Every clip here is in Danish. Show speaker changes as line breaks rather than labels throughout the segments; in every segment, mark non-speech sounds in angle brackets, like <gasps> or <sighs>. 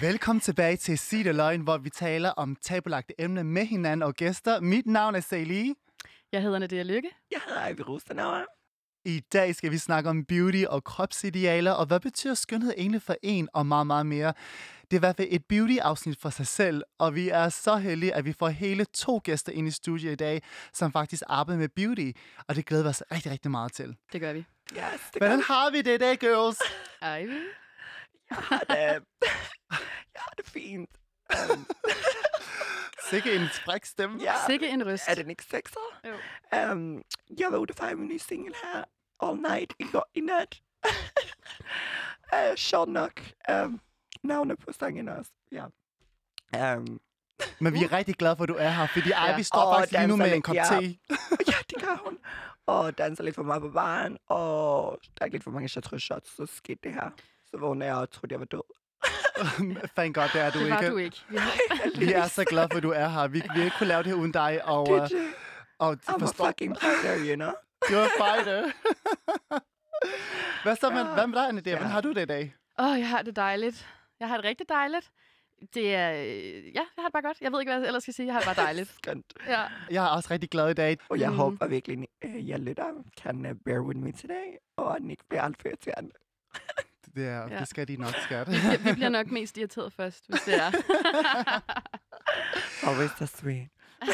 Velkommen tilbage til Sig det Løgn, hvor vi taler om tabulagte emner med hinanden og gæster. Mit navn er Sally.
Jeg hedder Nadia Lykke.
Jeg hedder Ivy Rustenauer.
I dag skal vi snakke om beauty og kropsidealer, og hvad betyder skønhed egentlig for en, og meget, meget mere. Det er i hvert fald et beauty-afsnit for sig selv, og vi er så heldige, at vi får hele to gæster ind i studiet i dag, som faktisk arbejder med beauty, og det glæder vi os rigtig, rigtig meget til.
Det gør vi.
Yes, det gør
Hvordan
jeg.
har vi det i dag, girls?
Ivy.
Jeg har det. øh, <laughs> Jeg har det fint. Um,
Sikke en fræk stemme.
ja.
Mm, Sikke en ryst.
Er den ikke sexet?
Jo.
Um, jeg var ude for min nye single her. All night i, går, i nat. <laughs> uh, sjovt nok. Um, navnet på sangen også. Ja. Um,
Men vi er rigtig glade for, at du er her, fordi Ivy
Ja.
står
Og
faktisk lige nu
danser
med en
lidt,
kop
ja.
te.
ja, det gør hun. Og danser lidt for meget på baren. Og der er lidt for mange chartreuse shots, så skete det her. Så vågnede jeg og troede, jeg var død.
<laughs> Fanden godt, det er du
det var
ikke.
du ikke. Vi har
Vi er så glade for, at du er her. Vi, vi har ikke kunne lave det her uden dig, og, øh,
DJ,
og
I'm a
forstår,
fucking partner, you know?
you're a fighter. hvad, så med, hvad med dig, Anne? Hvordan
Ja.
har du det i dag?
Åh, oh, jeg har det dejligt. Jeg har det rigtig dejligt. Det er... øh, Ja, jeg har det bare godt. Jeg ved ikke, hvad jeg ellers skal sige. Jeg har det bare dejligt.
Skønt.
Ja.
Jeg er også rigtig glad i dag.
Og jeg
Mm.
mm. håber virkelig, at jeg lytter kan øh, bear with me today, og at den ikke bliver er alt for irriterende.
Det, er,
Ja.
det skal de nok, skat.
Vi- Vi bliver nok mest irriteret først, hvis det <laughs> er.
Always so sweet.
<laughs>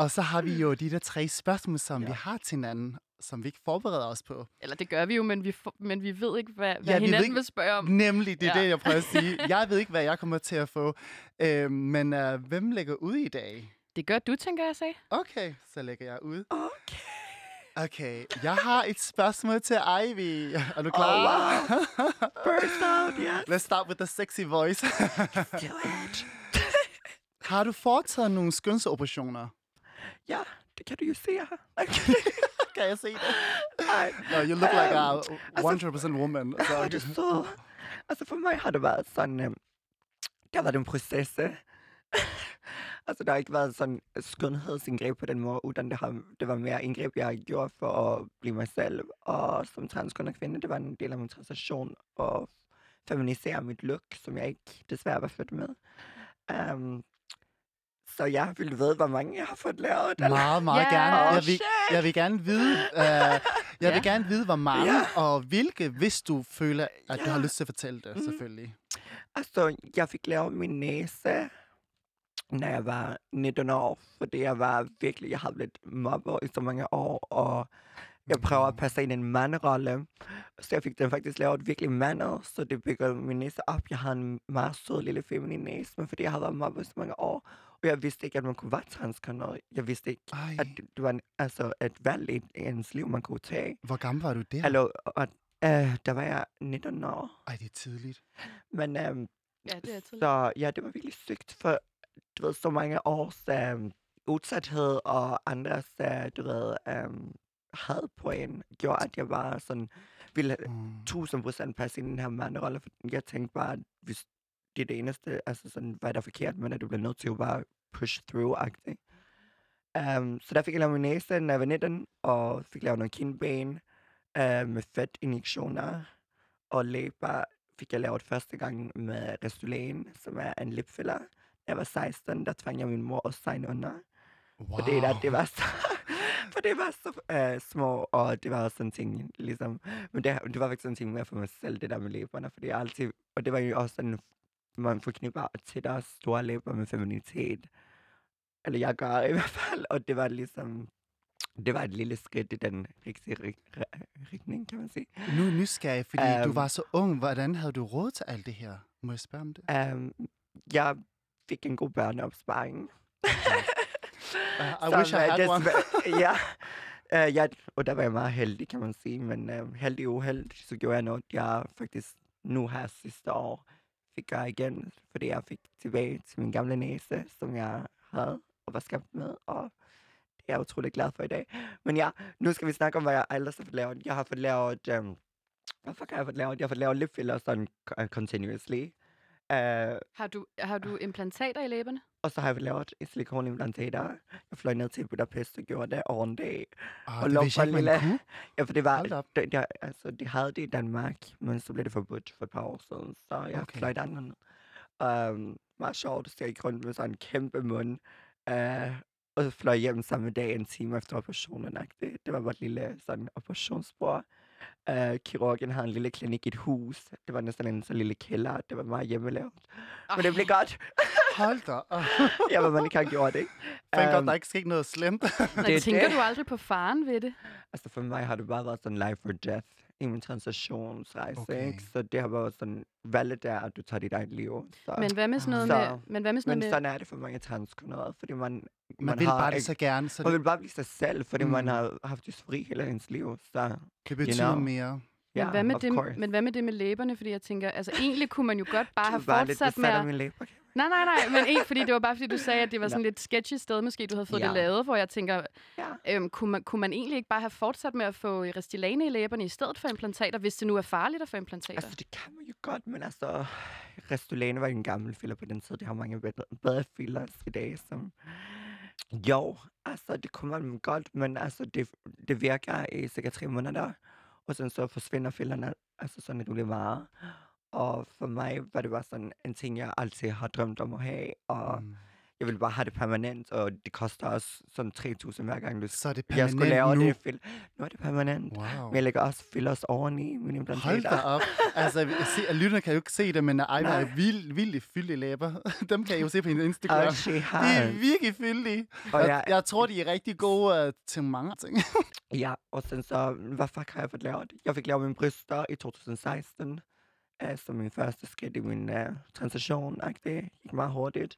og så har vi jo de der tre spørgsmål, som ja. vi har til hinanden, som vi ikke forbereder os på.
Eller det gør vi jo, men vi, får, men vi ved ikke, hvad, hvad
Ja,
ja,
vi ved
hinanden
ikke-
vil spørge om.
Nemlig, det er ja.
Ja.
det, jeg prøver at sige. Jeg ved ikke, hvad jeg kommer til at få. Øh, men øh, hvem lægger ud i dag?
Det gør du, tænker jeg, sagde.
Okay, så lægger jeg ud.
Okay.
Okay, jeg har et spørgsmål til Ivy. <laughs> Er du
Oh,
klar? <laughs>
wow. Burst out, yes.
Let's start with the sexy voice. <laughs>
Do it.
har du foretaget nogle
<laughs>
skønsoperationer?
Ja, det kan du jo se <laughs> her.
Kan jeg se det?
Ej.
No, you look like a
Øhm,
100% woman.
<laughs>
Så
Åh, du så. Altså for mig har det været sådan, øh, det har været en proces. øh. <laughs> altså der har ikke været sådan skønhedsindgreb på den måde, uden det, har, det var mere indgreb, jeg gjorde for at blive mig selv. Og som transkønnet kvinde, det var en del af min transition og feminisere mit look, som jeg ikke desværre var født med. Um, så jeg ville vide, hvor mange jeg har fået lavet. eller-
meget, meget
Ja.
gerne.
Oh,
jeg, vil,
shit.
jeg vil gerne vide, uh, jeg
Ja.
vil gerne vide, hvor mange
Ja.
og hvilke, hvis du føler, at du har
Ja.
lyst til at fortælle det,
Mhm.
selvfølgelig.
Altså, jeg fik lavet min næse, når jeg var 19 år, fordi jeg var virkelig, jeg havde blevet mobbet i så mange år, og jeg prøver at passe ind i en mandrolle. Så jeg fik den faktisk lavet virkelig mandet, så det byggede min næse op. Jeg havde en meget sød lille feminin næse, men fordi jeg havde været mobbet i så mange år, og jeg vidste ikke, at man kunne være transkønnet. Jeg vidste ikke,
Ej,
at det var en, altså et valg i ens liv, man kunne tage.
hvor gammel var du der?
Hallo, og, øh, der var jeg 19 år.
Ej, det er tidligt.
Men øhm,
Ja, det er til.
så ja, det var virkelig sygt for, du ved, så mange års øhm, udsathed og andres, øh, du ved, øhm, had på en, gjorde, at jeg var sådan, ville
Mm.
1000 procent passe ind i den her manderolle, for jeg tænkte bare, at hvis det er det eneste, altså sådan, hvad der er forkert, men at du bliver nødt til at bare push through-agtigt. Um, så der fik jeg lavet min næse, når jeg var 19, og fik lavet noget kindben uh, med fedtinjektioner, og læber fik jeg lavet første gang med Restylane, som er en lipfiller. Da jeg var 16, der tvang jeg min mor at signe under.
Wow.
For det, der, det var så... For det var så uh, små, og det var sådan en ting, ligesom... Men det, det var faktisk sådan en ting mere for mig selv, det der med læberne, fordi jeg altid... Og det var jo også sådan, man forknipper tættere og store læber med feminitet. Eller jeg gør i hvert fald, og det var ligesom... Det var et lille skridt i den rigtige ri- re- retning, kan man sige.
Nu er jeg nysgerrig, fordi um, du
Øhm.
var så ung. Hvordan havde du råd til alt det her? Må jeg spørge om det?
Um, jeg fik en god børneopsparing.
Uh, I
som,
wish I
øh,
had one.
desvær- ja. Uh, jeg, og der var jeg meget heldig, kan man sige. Men uh, heldig og uheldig, så gjorde jeg noget, jeg faktisk nu her sidste år fik gøre igen. Fordi jeg fik tilbage til min gamle næse, som jeg havde og var skabt med. Og det er jeg utrolig glad for i dag. Men ja, nu skal vi snakke om, hvad jeg ellers har fået lavet. Jeg har fået lavet... Um, hvad fuck har jeg fået lavet? Jeg har fået lavet lipfiller sådan uh, continuously. Uh,
Har du, har du implantater i læberne?
og så har jeg lavet et silikonimplantater. Jeg fløj ned til Budapest og gjorde det over en dag.
Oh,
og
det
lov
vidste
for
jeg ikke, man
lille-
kunne.
Ja, for det
Hold
var,
op.
det, det, altså, de havde det i Danmark, men så blev det forbudt for et par år siden, så jeg
Okay.
okay. fløj et andet. Um, meget sjovt, så jeg gik rundt med sådan en kæmpe mund. Uh, og så fløj jeg hjem samme dag, en time efter operationen. Det, det var bare et lille sådan operationsbord. Uh, kirurgen havde en lille klinik i et hus. Det var næsten en så lille kælder. Det var meget hjemmelavet. Men det blev godt.
Hold da.
<laughs>
op.
ja, hvad man ikke har gjort,
<laughs>
ikke?
Fandt godt,
Øhm,
der ikke skete noget
<laughs>
slemt.
Men
det er
tænker
det.
du aldrig på faren ved det?
Altså for mig har det bare været sådan life or death i min transationsrejse,
Okay.
okay. ikke? Så det har været sådan, valget der, at du tager dit eget liv. Så.
Men hvad med sådan noget
Så-
med... Men hvad med sådan
Men
noget med...
sådan er det for mange transkønnede, fordi man, man,
Man vil
har
bare det
ikke-
så gerne, så
man
det
vil bare blive sig selv, fordi mm. man
Mm.
har haft dysfori hele ens liv. Så
kan betyde
know.
mere.
Men
ja,
hvad, med
of
det,
course.
men hvad med det med læberne? Fordi jeg tænker, altså egentlig kunne man jo
<laughs>
godt
Du
bare have
er bare lidt
fortsat med
besat af
at...
min læber.
Nej, nej, nej, men ikke, fordi det var bare, fordi du sagde, at
<laughs>
det var
Nå.
sådan lidt sketchy sted, måske du havde fået det
Ja.
lavet, hvor jeg tænker,
Ja.
øhm, kunne, man, kunne man egentlig ikke bare have fortsat med at få Restylane i læberne i stedet for implantater, hvis det nu er farligt at få implantater?
Altså, det kan man jo godt, men altså, Restylane var en gammel filler på den tid. Det har mange bedre, bedre fillers i dag, som... Jo, altså, det kunne man godt, men altså, det, det virker i cirka tre måneder, og sen så forsvinder fillerne, altså sådan et meget. Og for mig var det bare sådan en ting, jeg altid har drømt om at have, og
Mm.
jeg ville bare have det permanent, og det koster også sådan 3.000 hver gang, du
Så er det
jeg skulle lave
permanent nu.
det. Fil- nu er det permanent.
Wow.
Men jeg lægger også fillers oveni mine implantater.
Hold da op. Altså, jeg se, lytterne kan jo ikke se det, men Ejma er
Nej.
vildt, vildt fyldig læber. <laughs> Dem kan jeg jo se på hendes Instagram.
Og she
de er
har.
virkelig fyldige.
Og
Jeg,
jeg,
jeg tror, de er rigtig gode uh, til mange ting.
ja, og sen så, hvad fuck har jeg fået lavet? Jeg fik lavet min bryster i 2016, øh, som min første skridt i min uh, transition. og Det gik meget hurtigt.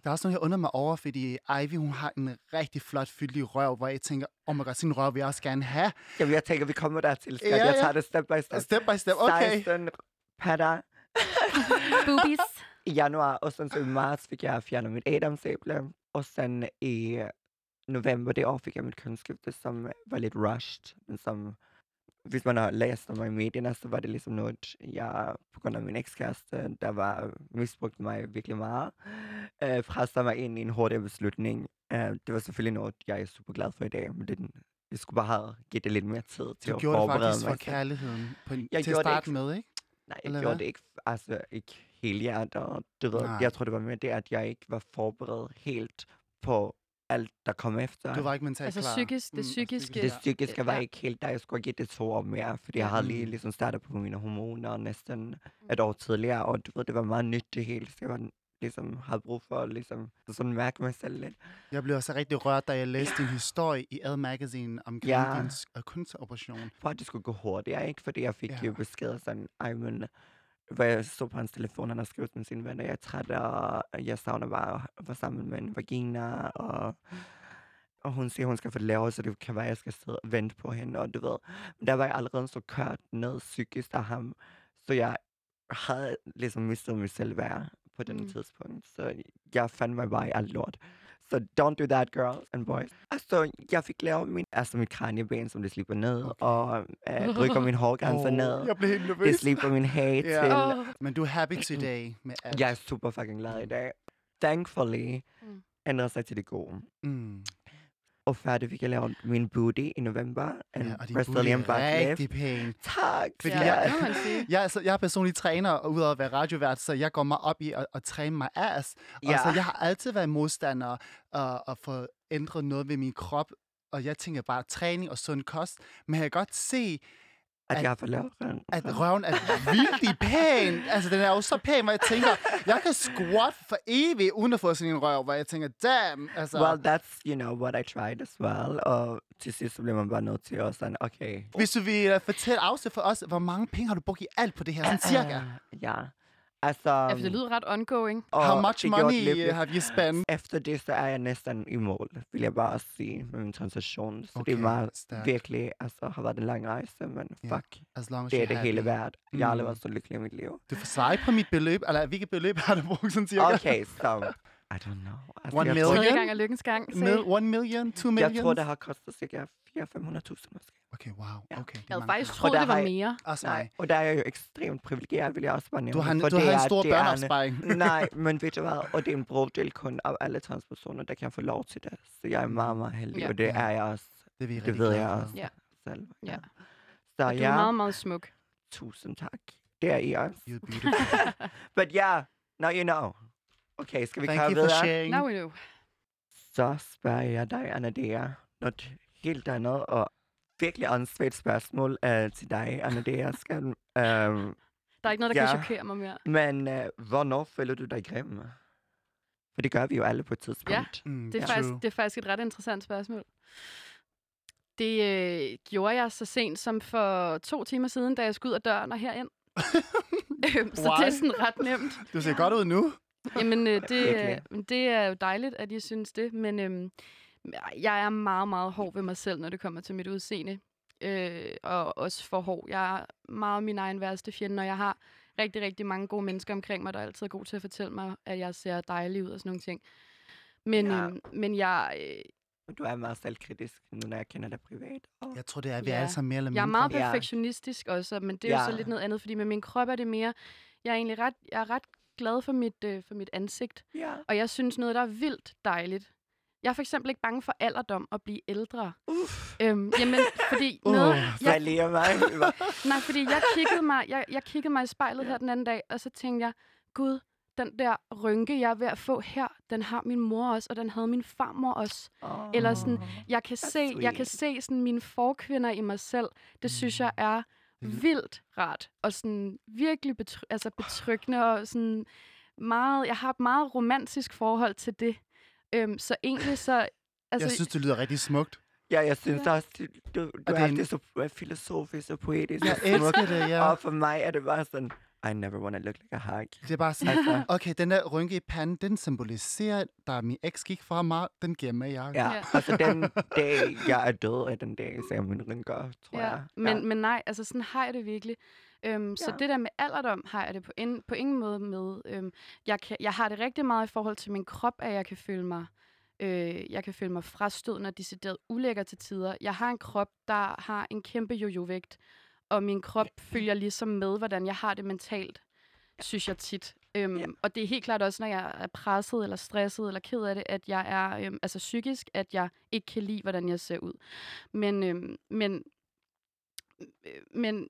Der er også noget, jeg undrer mig over, fordi Ivy, hun har en rigtig flot fyldig røv, hvor jeg tænker, oh my god, sådan en røv vil jeg også gerne have.
jamen, jeg tænker, vi kommer dertil. Skat.
Ja,
jeg
ja.
tager det step by step.
Step by step, okay.
16 patter
Boobies.
i januar, og sen så i marts fik jeg fjernet mit adamsæble. Og sen i november det år fik jeg mit kønsskifte, som var lidt rushed, men som hvis man har læst om mig i medierne, så var det ligesom noget, jeg på grund af min ekskæreste, der var misbrugt mig virkelig meget, øh, pressede mig ind i en hurtig beslutning. Øh, det var selvfølgelig noget, jeg er super glad for i dag, men det, jeg skulle bare have givet det lidt mere tid til
Du
at
gjorde det
forberede
faktisk
mig.
for
selv.
kærligheden på, en-
Jeg
til at
gjorde det
starte
ikke.
med, ikke?
Nej,
Eller
jeg gjorde
hvad?
det ikke, altså ikke helhjertet. og Du ved,
Nej.
jeg tror, det var mere det, at jeg ikke var forberedt helt på alt, der kom efter.
Du var ikke mentalt
Altså
klar.
psykisk- det
altså
psykiske-
Det
ja.
psykiske var
Ja.
ikke helt der. Jeg skulle have givet det to år mere, fordi jeg havde lige
Mm.
ligesom startet på mine hormoner næsten et år tidligere, og du ved, det var meget nyt det hele, så jeg var ligesom havde brug for at ligesom, sådan mærke mig selv lidt.
Jeg blev også rigtig rørt, da jeg læste din historie i Ad Magazine omkring
Ja.
din s- øh, kunstoperation.
For at det skulle gå hurtigere, ikke? Fordi jeg fik
Ja.
ja. jo beskeder sådan, ej, men hvor jeg så på hans telefon, han har skrevet med sine venner, jeg er træt, og jeg savner bare at være sammen med en vagina, og, og hun siger, hun skal få det lavet, så det kan være, jeg skal sidde og vente på hende, og du ved. Men der var jeg allerede så kørt ned psykisk af ham, så jeg havde ligesom mistet mig selv værd på den
Mm.
mm. tidspunkt, så jeg fandt mig bare i alt lort. Så don't do that, girls and boys. Altså, jeg fik lavet min, altså mit kranjeben, som det slipper ned,
Okay.
okay. og øh, rykker min hårgrænser oh, ned.
jeg blev helt
Det
nervøs.
slipper min hage
Ja.
yeah. til.
Åh.
Men du er happy today med alt.
Jeg er super fucking glad i dag. Thankfully
Mm.
ændrede sig til det gode.
Mm.
Og færdig fik jeg lavet min booty i november. En
Ja, og din booty
Brazilian
er
butt lift.
rigtig pæn.
Tak,
Fordi
skat.
ja,
jeg-
det må man sige.
Jeg, er så, jeg er personlig træner, og udover at være radiovært, så jeg går mig op i at, at træne mig ass. Ja. Og
Ja.
så jeg har altid været modstander og, og få ændret noget ved min krop. Og jeg tænker bare træning og sund kost. Men jeg kan godt se,
at
at-
jeg har fået lavet den.
at røven er vildt pæn. Altså, den er jo så pæn, hvor jeg tænker, jeg kan squat for evigt, uden at få sådan en røv, hvor jeg tænker, damn. Altså,
Well, that's, you know, what I tried as well. Og til sidst så blev man bare nødt til at sådan, okay,
hvis du vil øh, fortælle afsted for os, hvor mange penge har du brugt i alt på det her?
Øh,
Sådan cirka.
ja. Altså,
Ja, for det lyder ret ongoing.
og
How much
det gjorde
money
et løb-
øh, have you spent?
Efter det, så er jeg næsten i mål, vil jeg bare sige, med min transition. Så okay,
Okay,
det var
stærkt.
virkelig, altså, har været en lang rejse, men
Ja,
fuck,
As long as
det er
you're
det
happy.
hele værd. Jeg har aldrig
Mm.
været så lykkelig i mit liv.
Du får svare på mit beløb, eller hvilket beløb har du brugt sådan cirka?
Okay,
<laughs>
så, I don't know. Altså,
One
jeg
million?
Tror,
Tredje
igen.
gang er lykkens gang. Se.
Mil- one million, two million?
jeg tror, det har kostet cirka 400-500.000 måske.
Okay, wow.
Ja.
Okay, det
Jeg
er
havde
mange.
faktisk troet,
der
det var
har I-
mere.
penge. Også mig.
Nej, og der er jeg jo ekstremt privilegeret, vil jeg også bare nævne.
Du har, en-
for
du
det
har en
er-
stor
det er
børneopsparing. <laughs>
<laughs> Nej, men ved du hvad? Og det er en brodel kun af alle transpersoner, der kan få lov til det. Så jeg er meget, meget heldig,
Ja.
ja. og det
Mm. Ja.
er jeg også
Det, er vi
det
rigtig
ved
glade
jeg
for.
også.
Ja.
selv.
Ja.
Så
Og du er
ja,
meget, meget smuk.
tusind tak. deri også.
<laughs>
You're beautiful.
But yeah, now you know. Okay, skal vi
Thank
komme
you for
videre?
sharing.
Now we know.
Så spørger jeg dig, Anadea, noget helt andet og virkelig åndssvagt spørgsmål uh, til dig, Anadea. Skal, um,
Der er ikke noget, der
Ja.
kan chokere mig mere.
men uh, hvornår føler du dig grim? For det gør vi jo alle på et tidspunkt.
Mm,
Det er,
true.
faktisk, det er faktisk et ret interessant spørgsmål. Det øh, gjorde jeg så sent som for to timer siden, da jeg skulle ud af døren og herind. Øhm, så det
Why?
er sådan ret nemt.
Du ser godt ud nu.
Jamen, øh, det, øh,
virkelig.
men det er jo dejligt, at I synes det, men øhm, jeg er meget, meget hård ved mig selv, når det kommer til mit udseende. Øh, og også for hård. Jeg er meget min egen værste fjende, og jeg har rigtig, rigtig mange gode mennesker omkring mig, der er altid er gode til at fortælle mig, at jeg ser dejlig ud og sådan nogle ting. Men,
Ja.
ja. øhm, men jeg, øh,
Og Du er meget selvkritisk, nu når jeg kender dig privat. Og
Jeg tror, det er, at vi
Ja.
er alle sammen mere eller mindre.
jeg er meget
Ja.
perfektionistisk også, men det er jo
Ja.
så lidt noget andet, fordi med min krop er det mere... Jeg er egentlig ret, jeg er ret glad for mit, øh, for mit ansigt,
ja.
og jeg synes noget, der er vildt dejligt. Jeg er for eksempel ikke bange for alderdom og blive ældre.
Uff,
Øhm, jamen,
<laughs>
fordi
Åh,
noget...
jeg
Jeg,
lærer mig.
nej, fordi jeg kiggede mig, jeg, jeg kiggede mig i spejlet her den anden dag, og så tænkte jeg, gud, den der rynke, jeg er ved at få her, den har min mor også, og den havde min farmor også.
Oh.
Eller sådan, Jeg kan,
That's
se, jeg kan se sådan mine forkvinder i mig selv. Det synes jeg er
Mm. Mm-hmm.
vildt rart. Og sådan virkelig betry- altså betryggende. Og sådan meget, jeg har et meget romantisk forhold til det. Øhm, så egentlig så... Altså,
Jeg synes, det lyder rigtig smukt.
Ja, jeg synes også, du, du, du
det
er
en-
det så øh, filosofisk og poetisk.
Jeg
og smukt.
elsker det, ja.
Og for mig er det bare sådan, I never wanna look like a hag.
Det er bare sådan,
Altså.
okay, den der rynke i panden, den symboliserer, der er min eks gik fra mig, den gemmer jeg.
Ja,
Ja.
yeah. altså
<laughs>
den dag, jeg er død, er den dag, så jeg min rynker, tror
ja,
jeg.
men, men nej, altså sådan har jeg det virkelig. Øhm, Så
Ja.
det der med alderdom har jeg det på, en, på ingen måde med. Øhm, jeg, kan, jeg har det rigtig meget i forhold til min krop, at jeg kan føle mig, øh, jeg kan føle mig frastødende og decideret ulækker til tider. Jeg har en krop, der har en kæmpe jojo-vægt, og min krop følger ligesom med, hvordan jeg har det mentalt, synes jeg tit. Øhm,
Ja.
Og det er helt klart også, når jeg er presset eller stresset eller ked af det, at jeg er øhm, altså psykisk, at jeg ikke kan lide, hvordan jeg ser ud. Men, øhm, men, øh, men,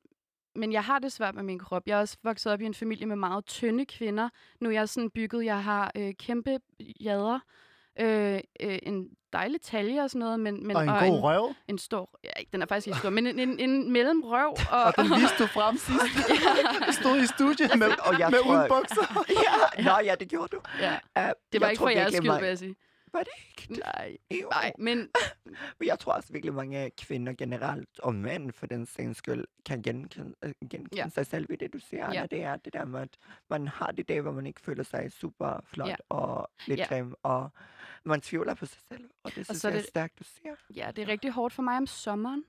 men jeg har det svært med min krop. Jeg er også vokset op i en familie med meget tynde kvinder. Nu er jeg sådan bygget, jeg har øh, kæmpe jader, øh, øh, en dejlig talje og sådan noget. Men, men,
Og en god
en,
røv.
en stor, ja, ikke- den er faktisk ikke stor, men en, en, en mellemrøv. Og, Altså,
Og den viste du frem sidst. Du stod i studiet med,
Og jeg
med
tror-
uden bukser.
<laughs>
ja. Nå ja, det gjorde du.
<laughs> ja,
Uh,
det var ikke for jeres skyld, vil
Mig,
jeg sige.
var det ikke?
Nej,
Jo.
nej, men
Men jeg tror også virkelig mange kvinder generelt, og mænd for den sags skyld, kan genkende, øh, genkende
Ja.
ja. sig selv ved det, du siger, Anna.
Ja.
Det er det der med, at man har det dag, hvor man ikke føler sig super flot
Ja.
ja. og lidt
Ja.
ja. grim, og man tvivler på sig selv, og det synes
så
og
er
jeg er
det-
stærkt, du siger.
Ja, det er rigtig hårdt for mig om sommeren,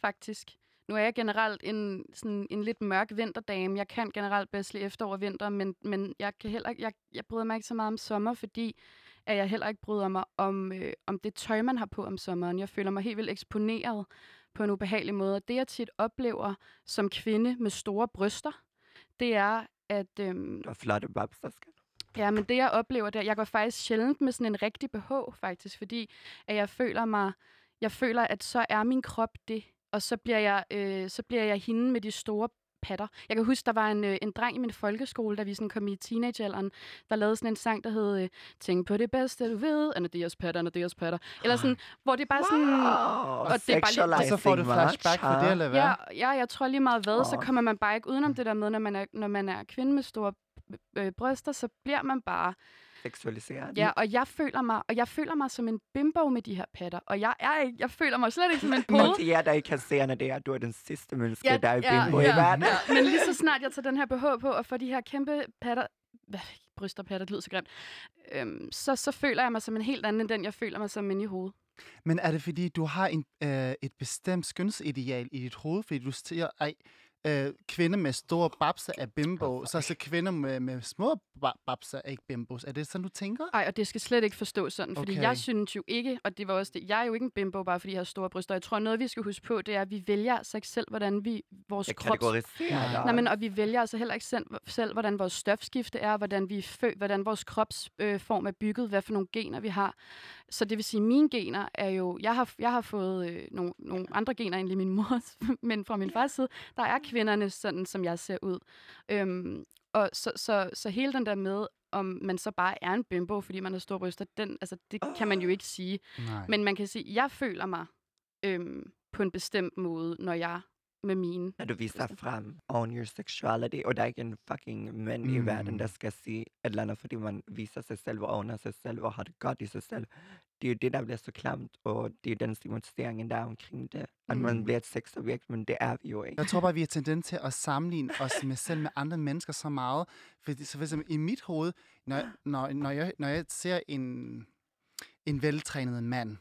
faktisk. Nu er jeg generelt en, sådan en lidt mørk vinterdame. Jeg kan generelt bedst lide efterår og vinter, men, men jeg, kan heller, ikke- jeg, jeg bryder mig ikke så meget om sommer, fordi at jeg heller ikke bryder mig om, øh, om det tøj, man har på om sommeren. Jeg føler mig helt vildt eksponeret på en ubehagelig måde. Og det, jeg tit oplever som kvinde med store bryster, det er, at... Øh,
Du har flotte babser, skal du.
Ja, men det jeg oplever der, jeg går faktisk sjældent med sådan en rigtig behov faktisk, fordi at jeg føler mig, jeg føler, at så er min krop det, og så bliver jeg, øh, så bliver jeg hende med de store patter. Jeg kan huske, der var en, øh, en dreng i min folkeskole, da vi sådan kom i teenagealderen, der lavede sådan en sang, der hed øh, Tænk på det bedste, du ved, Anadeas patter, Anadeas patter. Eller sådan, hvor det er bare sådan,
Wow,
og det er bare lige-
Og så får du
sexualizing
flashback for det,
much,
eller hvad?
Ja, ja, jeg tror lige meget hvad, så
Og-
kommer man bare ikke udenom det der med, når man er, når man er kvinde med store øh, bryster, så bliver man bare
huh? Seksualiseret.
Ja, og jeg føler mig, og jeg føler mig som en bimbo med de her patter, og jeg er ikke, jeg føler mig slet ikke som en
Men
pude.
til jer, der ikke kan se, Anna, det er, at du er den sidste menneske,
Ja,
der er i
ja,
bimbo
ja,
i verden.
ja. Men lige så snart jeg tager den her BH på og får de her kæmpe patter, hvad, bryster og patter, det lyder så grimt, øhm, så, så føler jeg mig som en helt anden end den, jeg føler mig som inde i hovedet.
Men er det fordi, du har en, øh, et bestemt skønhedsideal i dit hoved, fordi du siger, ej, øh, kvinder med store babser er bimbo, så så kvinder med, med små ba- babser er ikke bimbos. Er det sådan, du tænker?
Ej, og det skal slet ikke forstås sådan, fordi
Okay.
okay. jeg synes jo ikke, og det var også det, jeg er jo ikke en bimbo, bare fordi jeg har store bryster. Jeg tror, noget vi skal huske på, det er, at vi vælger altså ikke selv, hvordan vi, vores
Jeg
krop
kategoriserer dig.
Nej, men og vi vælger altså heller ikke selv, selv hvordan vores stofskifte er, hvordan, vi er fø- hvordan vores kropsform øh, form er bygget, hvad for nogle gener vi har. Så det vil sige, at mine gener er <laughs> jo... Jeg har, jeg har fået øh, nogle, nogle andre gener end lige min mors, men fra min fars side, der er kvinderne, sådan som jeg ser ud. Øhm, og så, så, så hele den der med, om man så bare er en bimbo, fordi man har store bryster, den, altså, det kan man jo ikke sige.
Nej.
Men man kan sige, at jeg føler mig øhm, på en bestemt måde, når jeg med mine.
Når du viser frem on your sexuality, og der er ikke en fucking mand mm. i verden, der skal sige et eller andet, fordi man viser sig selv og owner sig selv og har det godt i sig selv. Det er jo det, der bliver så klamt, og det er den stigmatisering, der er omkring det. At mm. man bliver et sexobjekt, men det er vi jo ikke.
Jeg tror bare, vi har tendens til at sammenligne os med selv med andre mennesker så meget. Fordi så for eksempel i mit hoved, når, jeg- når, når, jeg, når jeg ser en, en veltrænet mand,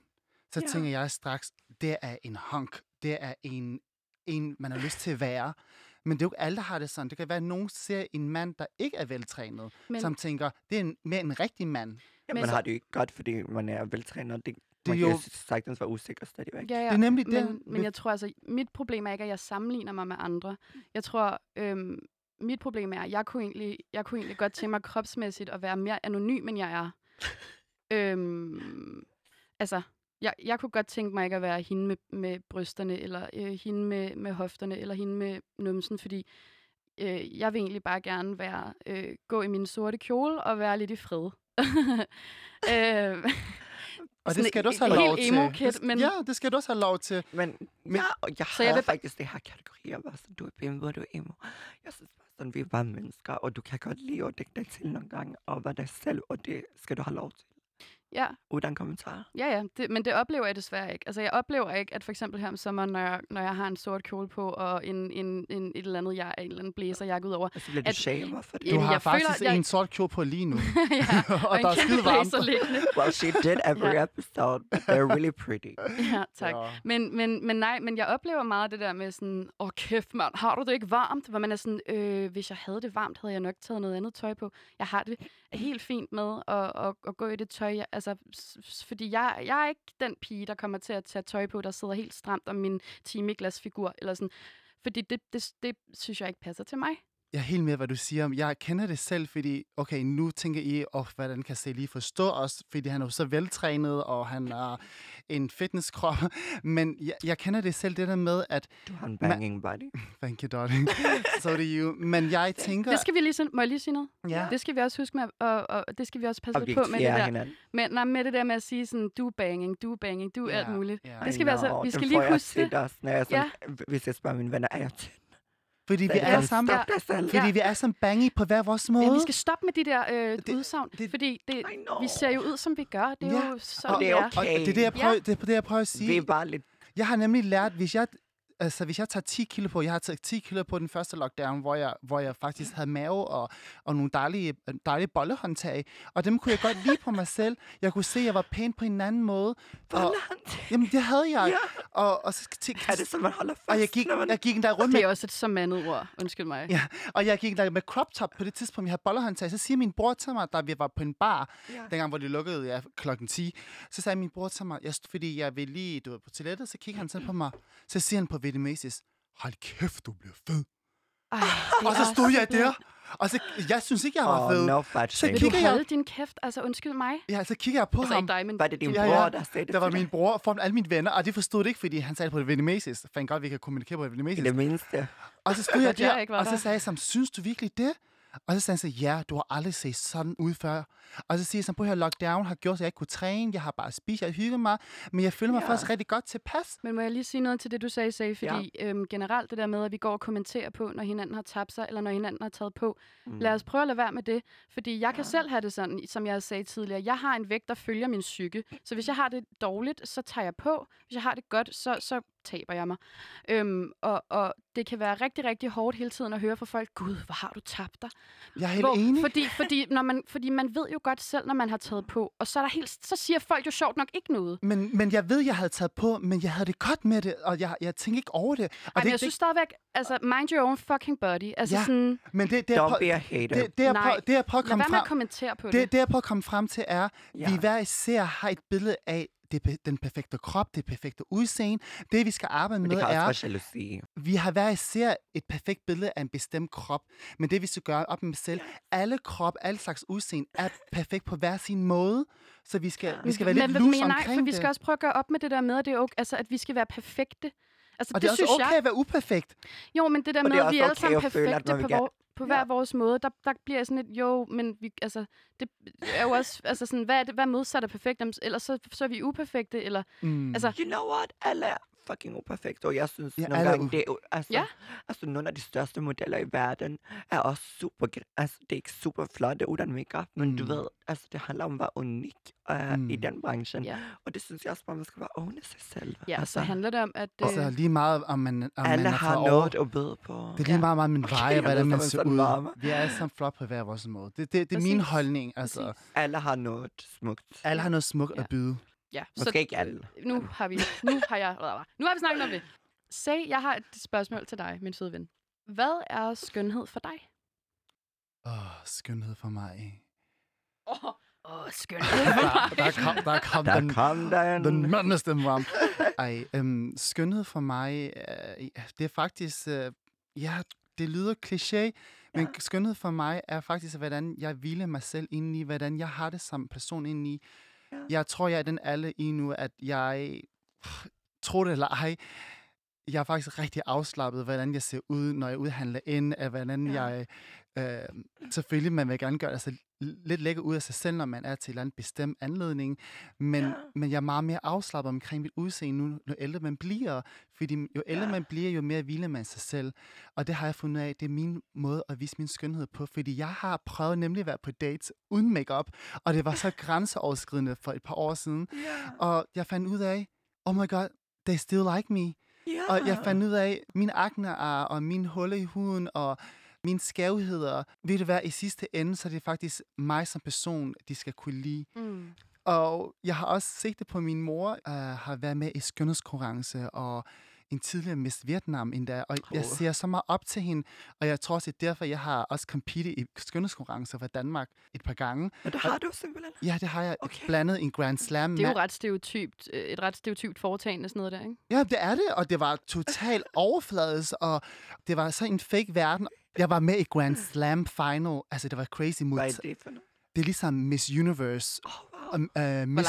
så
Ja.
ja. tænker jeg straks, det er en honk, det er en, en, man har lyst til at være. Men det er jo ikke alle, der har det sådan. Det kan være, at nogen ser en mand, der ikke er veltrænet,
Men-
Men... som tænker, det er en, mere en rigtig mand.
Ja,
Men
man
så-
har det jo ikke godt, fordi man er veltrænet.
Det
Det, man
er
kan jo
jo-
sagtens være usikker stadigvæk.
Ja, ja,
Det er nemlig det.
Men, men
Vi-
jeg tror altså, mit problem er ikke, at jeg sammenligner mig med andre. Jeg tror, øhm, mit problem er, at jeg kunne, egentlig, jeg kunne egentlig godt tænke mig kropsmæssigt at være mere anonym, end jeg er. øhm, altså, jeg, jeg kunne godt tænke mig ikke at være hende med, med brysterne, eller øh, hende med, med hofterne, eller hende med numsen, fordi øh, jeg vil egentlig bare gerne være, øh, gå i min sorte kjole og være lidt i fred. <laughs> øh,
Og
Sådan
det skal du
en-
også have
en
lov
helt
til.
emo-kid,
Det skal-
men-
Ja, det skal du også have lov til.
Men, men ja, og jeg
Så
så
jeg
jeg
vil
vil
fa-
faktisk det her kategorier, hvor sådan, du er bimbo, du er emo. Jeg synes bare sådan, vi er bare mennesker, og du kan godt lide at dække dig til nogle gange, og være dig selv, og det skal du have lov til.
<laughs> ja,
Uden kommentarer.
Ja, ja, det, men det oplever jeg desværre ikke. Altså, jeg oplever ikke, at for eksempel her om sommeren, når jeg, når jeg har en sort kjole på, og en, en, en, et eller andet, jeg, en eller anden blæserjakke ud over. <laughs>
Og så bliver du
At-
shamer for det.
Du
Jamen,
har
jeg føler,
faktisk
jeg-
en sort kjole på lige nu.
ja,
<laughs> Og der er skide varmt.
liggende.
Well, she did
<laughs>
every episode, but they're really pretty.
Ja, tak. Ja.
Ja.
Men, men, men nej, men jeg oplever meget det der med sådan, åh kæft mand, har du det ikke varmt? Hvor man er sådan, øh, hvis jeg havde det varmt, havde jeg nok taget noget andet tøj på. Jeg har det helt fint med at, at, at gå i det tøj, jeg- altså, s- s- fordi jeg, jeg er ikke den pige, der kommer til at tage tøj på, der sidder helt stramt om min timeglasfigur, eller sådan. Fordi det, det, det synes jeg ikke passer til mig.
Jeg er helt med, hvad du siger. Jeg kender det selv, fordi okay, nu tænker I, oh, hvordan kan Celie forstå os? Fordi han er jo så veltrænet, og han er en fitnesskrop. <laughs> Men jeg, jeg kender det selv, det der med, at...
Du har en banging body.
Thank you, darling. <laughs> so do you. Men jeg tænker...
Det skal vi lige, sådan- må jeg lige sige noget?
Ja.
Det skal vi også huske med, og, og det skal vi også passe lidt på med det
Objektiverer
der.
hinanden.
Men nej, med det der med at sige sådan, du er banging, du er banging, du er alt
Ja,
muligt.
ja.
Det skal vi altså, vi
Nå, den
skal
får
lige
jeg
huske
tit
det.
også, når jeg sådan, Hvis jeg spørger mine venner, er jeg tændt?
Fordi vi
Så
er
jeg,
sammen...
Stop dig selv.
Fordi vi er som bange på hver vores måde.
Ja, vi skal stoppe med de der øh, det, udsagn, det,
det-
fordi det,
I know.
vi ser jo ud, som vi gør. Det er
Ja,
jo sådan,
og-
det er
vi
Og det er det, jeg prøver,
Ja.
det, er det, jeg prøver at sige.
Vi er bare lidt...
Jeg har nemlig lært, hvis jeg, altså, hvis jeg tager 10 kilo på, jeg har taget 10 kilo på den første lockdown, hvor jeg, hvor jeg faktisk havde mave og, og nogle dejlige, dejlige bollehåndtag, og dem kunne jeg godt lide på mig selv. Jeg kunne se, at jeg var pæn på en anden måde. Og, jamen, det havde jeg.
Ja.
Og, og, så, til,
Er det sådan, man holder fast?
og jeg gik,
når man...
jeg gik endda rundt
Det
med
er også et så mandet ord, undskyld mig.
Ja, og jeg gik der med crop top på det tidspunkt, jeg havde bollerhåndtag. Så siger min bror til mig, da vi var på en bar,
Ja.
ja. dengang, hvor de lukkede ja, klokken 10, så sagde min bror til mig, jeg, fordi jeg ville lige, du ved, på toilettet, så kigger han sådan på mig. Så siger han på vietnamesisk, hold kæft, du bliver fed.
Ej,
Og så stod jeg der, og så, jeg synes ikke, jeg var
Oh,
fed.
no fat
Så
shaming.
Vil du
kigger jeg-
holde din kæft? Altså, undskyld mig.
Ja, så kigger jeg på
Altså,
ham.
ikke dig, men...
Var det din
Ja,
bror,
ja.
der sagde det
Der var
til dig?
min bror, for alle mine venner, og de forstod det ikke, fordi han sagde det på vietnamesisk. Fandt godt, vi kan kommunikere på
I
vietnamesisk.
det mindste.
Og så stod
Godt,
jeg
jeg
der,
ikke var
og
der.
så sagde jeg sammen, synes du virkelig det? Og så sagde han så, ja, du har aldrig set sådan ud før. Og så siger jeg sådan, prøv at høre, lockdown har gjort, at jeg ikke kunne træne, jeg har bare spist, jeg har hygget mig, men jeg føler mig
Ja.
ja. faktisk rigtig godt tilpas.
Men må jeg lige sige noget til det, du sagde, Sage? Fordi ja. øhm, generelt det der med, at vi går og kommenterer på, når hinanden har tabt sig, eller når hinanden har taget på. Mm. Lad os prøve at lade være med det. Fordi jeg ja. kan selv have det sådan, som jeg sagde tidligere. Jeg har en vægt, der følger min psyke. Så hvis jeg har det dårligt, så tager jeg på. Hvis jeg har det godt, så, så taber jeg mig. Øhm, og, og det kan være rigtig, rigtig hårdt hele tiden at høre fra folk, Gud, hvor har du tabt dig?
Jeg er helt Hvor, enig.
Fordi, fordi, når man, fordi man ved jo godt selv, når man har taget på. Og så, er der helt, så siger folk jo sjovt nok ikke noget.
Men, men jeg ved, jeg havde taget på, men jeg havde det godt med det, og jeg, jeg tænkte ikke over det. Og
Ej,
det,
men jeg
det,
synes stadigvæk, altså, mind your own fucking body. Altså ja.
Ja.
sådan,
men det, det, er
Don't
på,
be a hater.
det, det, er
Nej.
på, det er på at
lad
komme
være med at
frem.
kommentere på det.
Det, det jeg prøver at komme frem til er, ja.
Ja.
vi hver især har et billede af det, pe- den perfekte krop, det perfekte udseende. Det, vi skal arbejde
Men det
med,
kan også
er
være jalousi.
vi har hver især et perfekt billede af en bestemt krop, men det vi skal gøre op med dem selv, alle krop, alle slags udseende er perfekt på hver sin måde, så vi skal, vi skal være lidt
men,
loose
men nej,
omkring
for vi
det.
skal også prøve at gøre op med det der med, at, det er okay, altså, at vi skal være perfekte. Altså,
Og det, det er
synes
også okay
jeg,
at være uperfekt.
Jo, men det der
Og
med,
det er
at vi
også
er alle
okay
sammen
at føle, at
perfekte
man
på,
vil gerne-
vor, på hver
Ja.
vores måde, der, der bliver jeg sådan et, jo, men vi, altså, det er jo også, altså sådan, hvad er, det, hvad er modsat af perfekt? Jamen, Ellers så, så er vi uperfekte, eller,
Mm.
altså,
You know what? Alle er fucking uperfekte, og jeg synes
Ja,
ja, nogle
alle er
gange,
u-
det er, u- altså,
Ja.
altså nogle af de største modeller i verden er også super, gr- altså det er ikke super flotte uden makeup, men mm. du
Mm.
ved, altså det handler om at være unik uh, mm. i
Mm.
den branchen,
Ja.
og det synes jeg også bare, man skal være own i sig selv.
ja, altså, så handler det om, at, øh,
Altså lige meget, om man, om
alle
man er
har
fra Aarhus.
noget at byde på.
Det er lige
Ja.
meget, meget min
Okay,
veje,
jeg ved,
hvordan man
som en
ser
sådan
ud.
varme.
Vi er alle sammen flot på hver vores måde. Det, det, det er min
Præcis.
holdning. Altså.
Alle har noget smukt.
Alle har noget smukt
Ja.
at byde.
ja, øh,
Måske ikke alle.
nu har vi, nu har jeg, nu har vi snakket om det. Sag, jeg har et spørgsmål til dig, min søde ven. Hvad er skønhed for dig?
Åh, skønhed for
<laughs>
mig.
Åh, oh, oh, skønhed <laughs> for
Der kom, der kom
Der
den,
kom der en...
den mandeste varm. Ej, øhm, skønhed for mig, øh, ja, det er faktisk, øh, ja, det lyder kliché, men ja. skønhed for mig er faktisk, hvordan jeg hviler mig selv indeni, hvordan jeg har det som person indeni. Ja.
Ja.
Jeg tror, jeg er den alle i nu, at jeg, tror det eller ej, jeg er faktisk rigtig afslappet, hvordan jeg ser ud, når jeg udhandler ind, af hvordan ja.
Ja.
jeg... Øh, selvfølgelig, man vil gerne gøre det så lidt lækker ud af sig selv, når man er til en eller anden bestemt anledning, men, ja.
Ja.
men jeg er meget mere afslappet omkring mit udseende nu, når ældre man bliver, fordi jo ældre ja.
Ja.
man bliver, jo mere hviler man sig selv, og det har jeg fundet ud af, det er min måde at vise min skønhed på, fordi jeg har prøvet nemlig at være på dates uden makeup, og det var <laughs> så grænseoverskridende for et par år siden,
Ja.
og jeg fandt ud af, oh my god, they still like me.
Ja.
Og jeg fandt ud af, min akne er, og min huller i huden, og mine skævheder, ved du hvad, i sidste ende, så er det faktisk mig som person, de skal kunne lide.
mm.
Og jeg har også set det på min mor, øh, har været med i skønhedskonkurrence, og en tidligere Miss Vietnam endda, og jeg
Åh.
ser så meget op til hende, og jeg tror også, det er derfor, jeg har også competet i skønhedskonkurrencer fra Danmark et par gange.
Men det har du simpelthen.
Ja, det har jeg okay.
Okay.
blandet i en Grand Slam.
Det er jo
med-
ret stereotypt, øh, et ret stereotypt foretagende, sådan noget der, ikke?
Ja, det er det, og det var totalt overflades, og det var så en fake verden. Jeg var med i Grand Slam Final. Altså, det var crazy mod...
Hvad er det for noget?
Det er ligesom Miss Universe
Oh, wow.
og uh, Miss,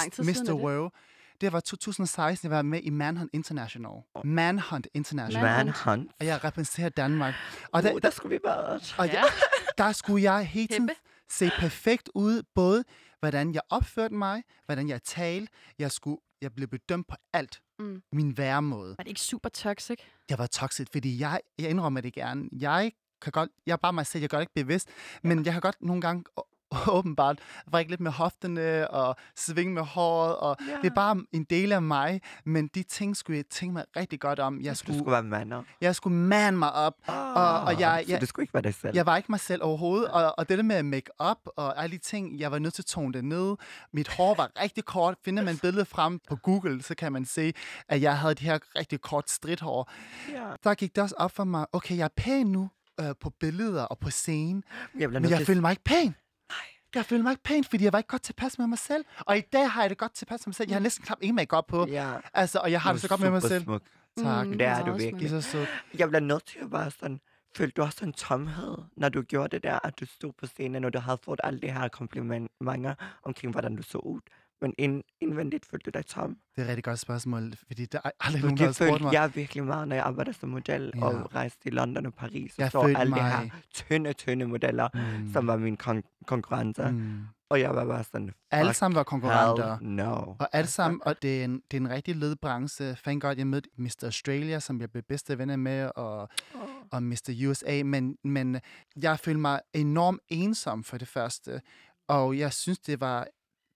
lang tid siden er
Mr.
det?
World. Det var 2016, jeg var med i Manhunt International. Manhunt International.
Man-
Manhunt.
Og jeg repræsenterer Danmark. Og
Og
der,
der, der skulle vi være.
og ja.
Ja.
der skulle jeg hele tiden
Heppe.
se perfekt ud, både hvordan jeg opførte mig, hvordan jeg talte. Jeg, skulle, jeg blev bedømt på alt.
Mm.
Min væremåde.
Var det ikke super toxic?
jeg var toxic, fordi jeg, jeg indrømmer det gerne. Jeg kan godt, jeg er bare mig selv, jeg gør det ikke bevidst, men jeg kan godt nogle gange å- åbenbart vrikke lidt med hofterne og svinge med håret, og ja.
Ah.
det er bare en del af mig, men de ting skulle jeg tænke mig rigtig godt om. Jeg
Du
skulle,
skulle være mander.
jeg skulle man mig op, og, og jeg,
så
jeg,
du skulle ikke være dig selv.
jeg var ikke mig selv overhovedet, og, og det der med make-up og alle de ting, jeg var nødt til at tone det ned. Mit hår var rigtig kort. Finder man billedet frem på Google, så kan man se, at jeg havde det her rigtig kort stridthår
Ja.
der gik det også op for mig, okay, jeg er pæn nu øh, på billeder og på scenen,
Jeg bliver
men
nødt
jeg
til-
føler mig ikke pæn. Jeg føler mig ikke pæn, fordi jeg var ikke godt tilpas med mig selv. Og i dag har jeg det godt tilpas med mig selv. Jeg har næsten knap ingen makeup på.
Ja.
Altså, og jeg har
Du
det så
er
godt med mig
super
selv.
Smuk.
Tak.
Mm,
Mm.
Det er
meget
du
smuk.
I er
virkelig.
så sød.
Jeg bliver nødt til at være sådan, følte du også en tomhed, når du gjorde det der, at du stod på scenen, og du havde fået alle de her komplimenter omkring, hvordan du så ud. Men ind, indvendigt følte du dig tom.
Det er et rigtig godt spørgsmål, fordi der er aldrig nogen,
Men
der har
det
spurgt
følte
mig.
jeg virkelig meget, når jeg arbejdede som model ja.
Ja.
og rejste i London og Paris. Og
Jeg
så
følte
alle de
mig-
her tynde, tynde modeller, mm. som var mine kon- konkurrenter. Mm.
Mm.
Og jeg var bare sådan,
Alle
fuck
sammen var konkurrenter.
Hell no.
Og alt sammen, og det er en, det er en rigtig led branche. Fandt godt, jeg mødte Mr. Australia, som jeg blev bedste venner med, og, og Mr. USA. Men, men jeg følte mig enormt ensom for det første. Og jeg synes, det var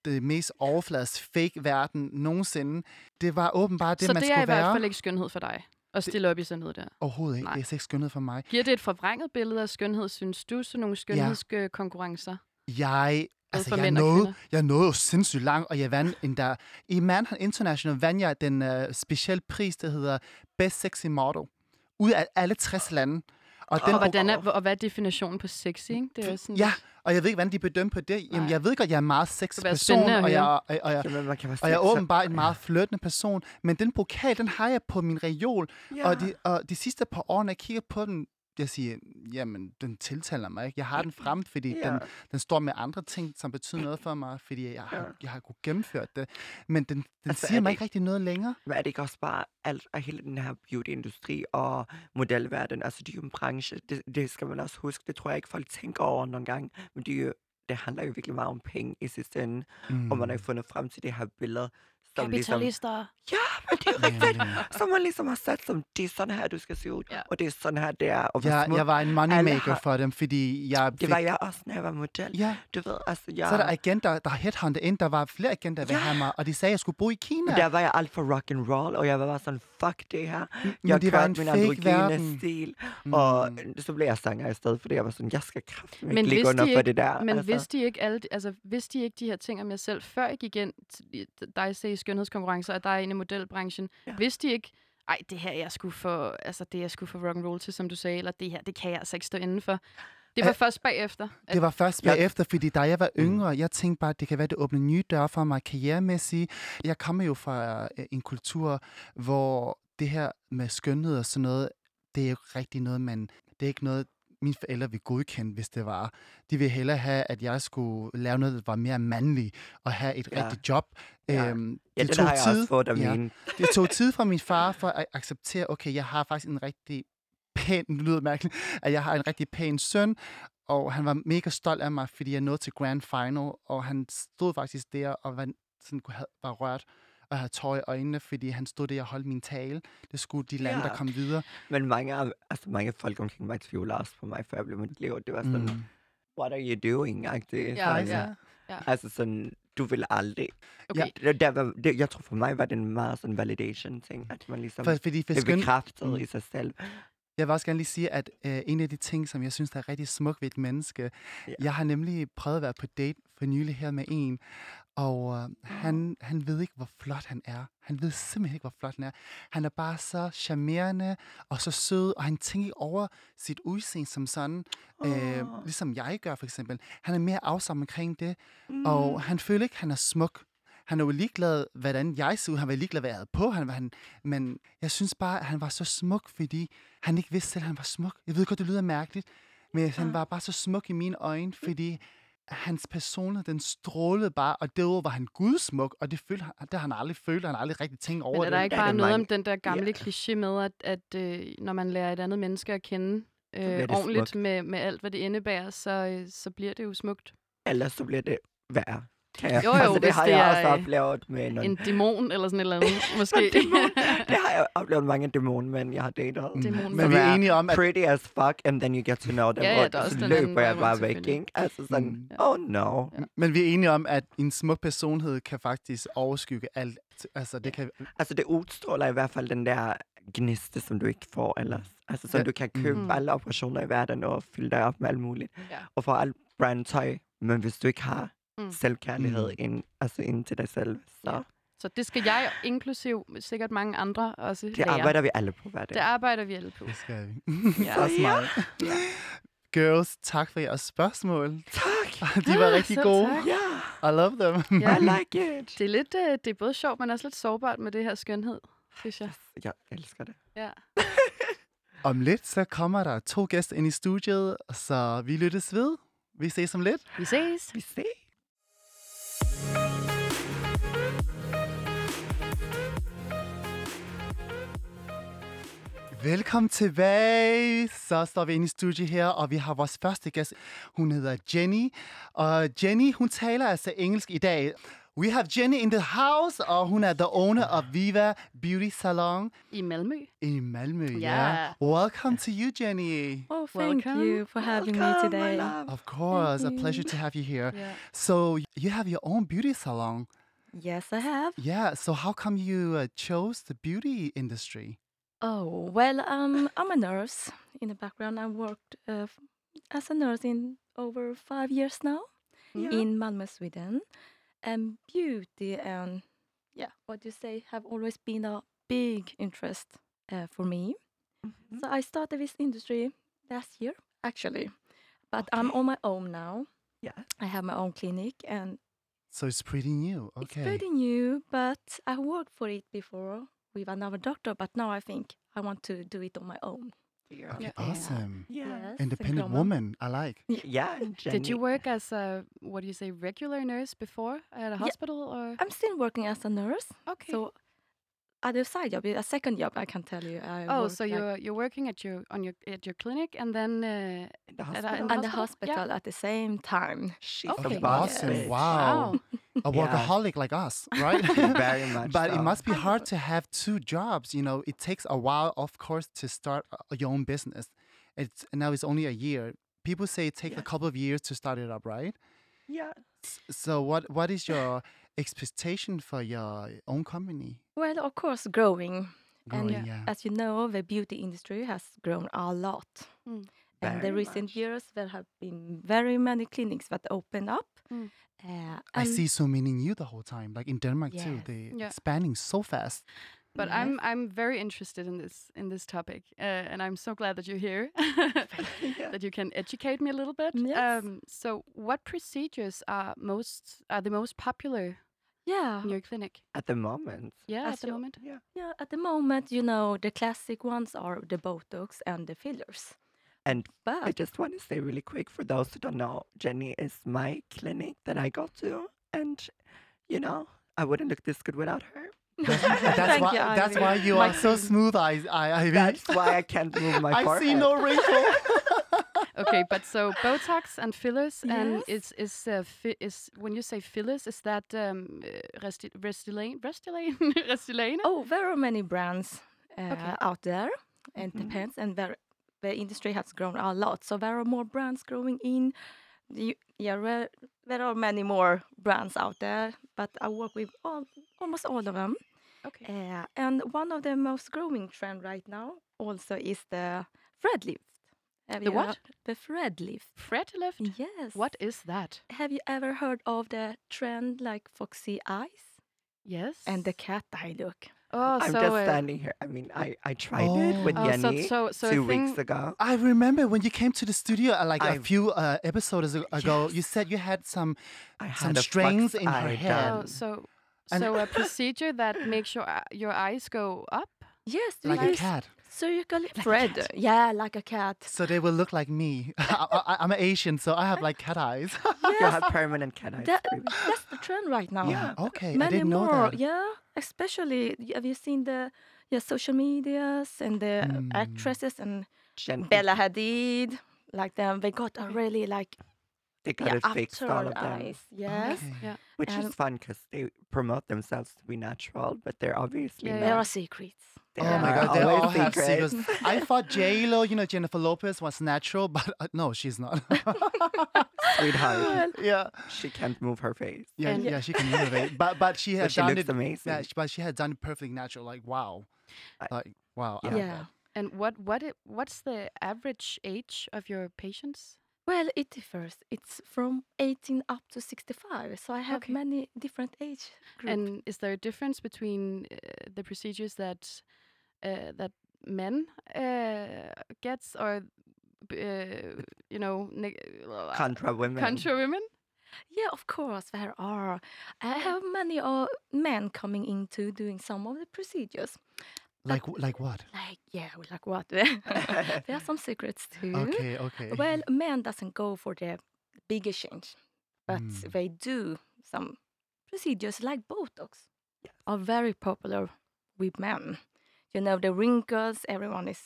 det mest overflades fake verden nogensinde. Det var åbenbart det,
så
man
det er
skulle
i hvert
være.
fald ikke skønhed for dig, at stille op i sådan noget der.
Overhovedet ikke.
Nej.
Det er slet ikke skønhed for mig.
Giver det et forvrænget billede af skønhed, synes du, sådan nogle skønhedskonkurrencer?
Jeg, altså,
for
jeg,
mænd og
nåede,
kvinder.
jeg nåede jo sindssygt langt, og jeg vandt endda. I Manhattan International vandt jeg den uh, specielle pris, der hedder Best Sexy Model. Ud af alle 60 lande. Og,
Ja. Og, hvordan
og,
er, og hvad er definitionen på sexy, ikke? Det er jo sådan,
Ja, og jeg ved ikke, hvordan de bedømmer på det. Jamen,
Nej.
jeg ved godt, jeg er en meget sexet
Det kunne være
person,
spændende at
og jeg,
høre.
og, og, og, jeg,
<laughs> Jamen, man kan være
og jeg er
selv-
åbenbart en meget flirtende person. Men den pokal, den har jeg på min reol,
Ja.
og, de, og de sidste par år, når jeg kigger på den, jeg siger, jamen, den tiltaler mig ikke. Jeg har den frem, fordi
Ja.
ja. den, den står med andre ting, som betyder noget for mig, fordi jeg har,
Ja.
jeg har kunne gennemført det. Men den, den
Altså,
altså,
er
siger mig
det
ikke rigtig noget længere.
Men er det ikke også bare alt af hele den her beautyindustri og modelverden? Altså, det er jo en branche. Det, det skal man også huske. Det tror jeg ikke, folk tænker over nogle gange. Men det, er jo, det handler jo virkelig meget om penge i sidste ende. Mm. Og man har fundet frem til det her billede, som ligesom...
Kapitalister.
Ja, men <laughs> det er jo rigtigt.
Mm. Ja,
Som man ligesom har sat som, det er sådan her, du skal se ud.
Ja.
Og det er sådan her, det er. <laughs> Og hvor
Jeg,
smuk.
jeg var en
Alle
moneymaker
har-
for dem, fordi jeg...
Det
fik-
var jeg også, når jeg var model.
Ja,
Du ved, altså, jeg...
så er der agenter, der headhunter ind. Der var flere agenter ved
Ja.
ja. mig, og de sagde, at jeg skulle bo i Kina.
Der var jeg alt for rock and roll, og jeg var bare sådan, fuck det her. Jeg
det var
kørte
en
min
fake
androgyne
verden. Mm.
stil, og så blev jeg sanger i stedet, fordi jeg var sådan, jeg skal kraftedeme
Men
ikke ligge
vidste
under
I
for
ikke-
det der.
Men altså. vidste I ikke alle, de- altså, vidste I ikke de her ting om jer selv, før I gik ind til dig se i skønhedskonkurrencer, og dig ind i modelbranchen?
Ja.
Ja. Vidste I ikke, ej, det her jeg skulle for, altså det jeg skulle for rock and roll til, som du sagde, eller det her, det kan jeg altså ikke stå inden for. Det var
Øh,
først bagefter. at-
Det var først
Jeg- Mm.
bagefter, fordi da jeg var yngre, jeg tænkte bare, at det kan være, at det åbner nye døre for mig karrieremæssigt. Jeg kommer jo fra øh, en kultur, hvor det her med skønhed og sådan noget, det er jo ikke rigtig noget, man... Det er ikke noget, mine forældre ville godkende, hvis det var. De ville hellere have, at jeg skulle lave noget, der var mere mandlig, og have et
Ja.
ja. rigtigt job.
Ja.
Øhm,
ja, det, det har jeg også fået af
Ja.
ja. mine.
det tog tid fra min far for at acceptere, okay, jeg har faktisk en rigtig pæn, nu lyder det mærkeligt, at jeg har en rigtig pæn søn, og han var mega stolt af mig, fordi jeg nåede til grand final, og han stod faktisk der og var, sådan, kunne have, var rørt og havde tøj i øjnene, fordi han stod der og holdt min tale. Det skulle de lande,
Ja.
der kom videre.
Men mange, af- altså, mange folk omkring mig tvivler også på mig, før jeg blev mit liv. Det var sådan, mm. what are you doing? agtigt.
Altså, Ja,
sådan.
ja.
Altså sådan, du vil aldrig.
Okay. Ja.
Der, der var, det, jeg tror for mig var det en meget sådan validation-ting, at man ligesom...
For, fordi hvis
det
skøn,
bekræftede
Mm.
i sig selv.
Jeg vil også gerne lige sige, at øh, en af de ting, som jeg synes, der er rigtig smuk ved et menneske,
Ja.
ja. jeg har nemlig prøvet at være på date for nylig her med en, og øh, han, han ved ikke, hvor flot han er. Han ved simpelthen ikke, hvor flot han er. Han er bare så charmerende og så sød, og han tænker ikke over sit udseende som sådan, øh,
Åh.
ligesom jeg gør for eksempel. Han er mere afsom omkring det, mm. og han føler ikke, at han er smuk. Han er jo ligeglad, hvordan jeg så ud. Han var ligeglad, hvad jeg havde på. Han, han, men jeg synes bare, at han var så smuk, fordi han ikke vidste selv, at han var smuk. Jeg ved godt, det lyder mærkeligt, men han var bare så smuk i mine øjne, fordi hans personlighed, den strålede bare, og derudover var han gudsmuk, og det, følte han, det har han aldrig følt, og han har aldrig rigtig tænkt over
Men er
det.
der ikke
er
bare
der
noget
mange-
om den der gamle
Ja.
yeah. kliché med, at, at øh, når man lærer et andet menneske at kende
bliver
øh,
det
ordentligt
smukt.
med, med alt, hvad det indebærer, så, øh, så bliver det jo smukt.
Ellers så bliver det værre. Kan jeg-
Jo, jo,
altså, det
hvis
har
det
jeg
er,
også
øh,
oplevet med nogle,
En dæmon eller sådan et eller andet, måske.
<laughs>
<laughs>
det har jeg oplevet mange dæmonmænd, jeg har datet.
Mm.
dæmonen.
Men vi
Som
er
er
enige om, at
Pretty as fuck, and then you get to know them,
Ja, ja,
og
der er også
så
den anden
løber jeg
vej
bare
rundt,
væk,
selvfølgelig.
ikke? Altså sådan,
Mm.
Ja.
oh no.
men vi er enige om, at en smuk personlighed kan faktisk overskygge alt. Altså, det kan...
Altså det udstråler i hvert fald den der gniste, som du ikke får ellers. Altså som
Ja.
du kan købe
Mm.
alle operationer i verden og fylde dig op med alt muligt.
Ja.
Og få alt brandtøj, men hvis du ikke har
Mm.
selvkærlighed
Mm.
ind, altså ind til dig selv, så
Ja. Så det skal jeg, inklusiv sikkert mange andre, også
det
lære.
arbejder vi alle på hver dag.
Det arbejder vi alle på.
Det skal vi.
Ja.
Også mig. Girls, tak for jeres spørgsmål. <laughs>
Tak!
De var rigtig
Ah, selv
gode.
tak.
Ja,
I love them.
Ja.
I like it!
Det er, lidt, øh, det er både sjovt, men også lidt sårbart med det her skønhed, synes jeg.
Jeg elsker det.
Ja.
<laughs> Om lidt, så kommer der to gæster ind i studiet, så vi lyttes ved. Vi ses om lidt.
Vi ses.
Vi ses!
Velkommen tilbage. Så står vi inde i studiet her, og vi har vores første gæst. Hun hedder Jenny, og Jenny, hun taler altså engelsk i dag. We have Jenny in the house, og hun er the owner of Viva Beauty Salon
I Malmø.
i Malmø. Ja.
Ja.
Welcome to you, Jenny.
Oh, thank
Welcome.
you for having
Welcome, my
me today.
love.
Of course, a pleasure to have you here. So you have your own beauty salon.
Yes, I have.
Yeah. So how come you uh, chose the beauty industry?
Oh, well, um, I'm a nurse in the background. I worked uh, f- as a nurse in over five years now in Malmö, Sweden. And beauty and, yeah, what you say, have always been a big interest uh, for me.
Mm-hmm.
So I started this industry last year, actually. But I'm on my own now.
Yeah.
I have my own clinic and
So it's pretty new. Okay.
It's pretty new, but I worked for it before with another doctor, but now I think I want to do it on my own.
year.
Okay,
Yeah.
awesome.
Yeah.
Yes,
Independent
Grumman.
woman. I like.
Yeah.
Did you
Jenny.
work as a what do you say regular nurse before at a hospital or
I'm still working as a nurse.
okay?
So other side job, a second job, I can tell you. I
oh,
work
so
like
you're you're working at your on your at your clinic and then uh,
In the
at,
hospital?
in
at the
Yeah.
hospital at the same time.
She's
Okay.
a boss
Awesome.
bitch.
oh.
Wow. A
Yeah.
workaholic like us, right? <laughs>
Very much
But it
so.
must be
I
hard
know.
to have two jobs. You know, it takes a while, of course, to start a- your own business. It's now it's only a year. People say it takes a
Yeah.
couple of years to start it up, right?
Yeah.
S- So what what is your expectation for your own company?
Well, of course, growing.
Growing,
and
yeah.
as you know, the beauty industry has grown a lot.
Mm.
And the
Very
recent
much.
years, there have been very many clinics that open up.
Mm.
Uh,
I
and-
see so many new the whole time, like in Denmark too.
Yes.
They're
Yeah.
expanding so fast.
But
Yes.
I'm I'm very interested in this in this topic, uh, and I'm so glad that you're
<laughs>
here, <laughs>
Yeah.
that you can educate me a little bit.
Yes.
Um, so, what procedures are most are the most popular
Yeah,
in your clinic?
At the moment.
Yeah, at
As
the
you-
moment.
Yeah.
yeah. At the moment, you know, the classic ones are the Botox and the fillers.
And I
But
just want to say really quick for those who don't know, Jenny is my clinic that I go to. And, you know, I wouldn't look this good without her.
<laughs>
<laughs>
That's
Thank
why
you,
that's
Ivy.
why you
My
are so
queen.
smooth, I I I,
That's why I can't move my
<laughs> I
forehead.
see no
<laughs>
wrinkle.
Okay, but so Botox and fillers, and
Yes.
is is uh, fi- is when you say fillers, is that um, uh, Resti- Restylane, Restylane, <laughs> Restylane?
oh, there are many brands uh,
Okay.
out there, and
Mm-hmm.
Mhm.
depends. And there, the industry has grown a lot, so there are more brands growing in. You, yeah, there, there are many more brands out there, but I work with all, almost all of them.
Okay.
Uh, and one of the most growing trend right now also is the thread lift. Have
The
you
what?
heard- The thread lift.
Fred left.
Yes.
What is that?
Have you ever heard of the trend like foxy eyes
Yes.
and the cat eye look?
oh,
I'm
so
just
uh,
standing here. I mean, I, I tried it with
Oh.
Oh, so-
Jenny
so- so I
two weeks
think-
ago.
I remember when you came to the studio uh, like a
I-
few uh, episodes ag- ago. You said you had some
I had
some
a fox
strings in her
eye
hair.
Oh,
done.
so
And-
so a
<laughs>
procedure that makes your e- your eyes go up.
Yes, we
like a
use
cat,
Surgical thread. Yeah, like a cat.
so they will look like me. <laughs> I, am Asian, so I have like cat eyes. <laughs>
You
Yes,
have permanent cat eyes.
that,
baby.
that's the trend right now.
Yeah.
okay, I
Many
didn't know
more.
that.
Yeah, especially have you seen the yeah social medias and the
Mm.
actresses and
Jenny,
Bella Hadid, like them. They got a
Okay.
really like
they got
yeah,
it fixed, all of
upturned
them.
eyes.
<laughs>
Yes,
Okay. <sighs>
Yeah.
Which is
And-
fun because they promote themselves to be natural, but they're obviously
Yeah,
there
not.
are secrets.
They
Oh my
are
god, they
always
all have
secret.
secrets.
<laughs>
I thought J Lo, you know Jennifer Lopez, was natural, <laughs> but uh, no, she's not. <laughs>
<laughs> Sweetheart,
yeah,
she can't move her face.
yeah,
And-
yeah, she
<laughs>
can innovate, but but she
But
has
she
done it.
looks amazing.
Yeah, but she had done it perfectly natural. Like wow,
I-
like wow. I
Yeah.
love
And what what it, what's the average age of your patients?
Well, it differs. It's from 18 up to 65. So I have
Okay.
many different age groups.
And is there a difference between uh, the procedures that uh, that men uh, gets or b- uh, you know neg- uh,
Contra women.
contra women?
yeah, of course, there are. I have many uh, men coming into doing some of the procedures.
that. Like like what?
Like, yeah, we like what? <laughs> there are some secrets too.
<laughs> Okay, okay.
Mm-hmm. Well, men doesn't go for the bigger change, but
Mm.
they do some procedures like Botox
Yes.
are very popular with men. You know, the wrinkles, everyone is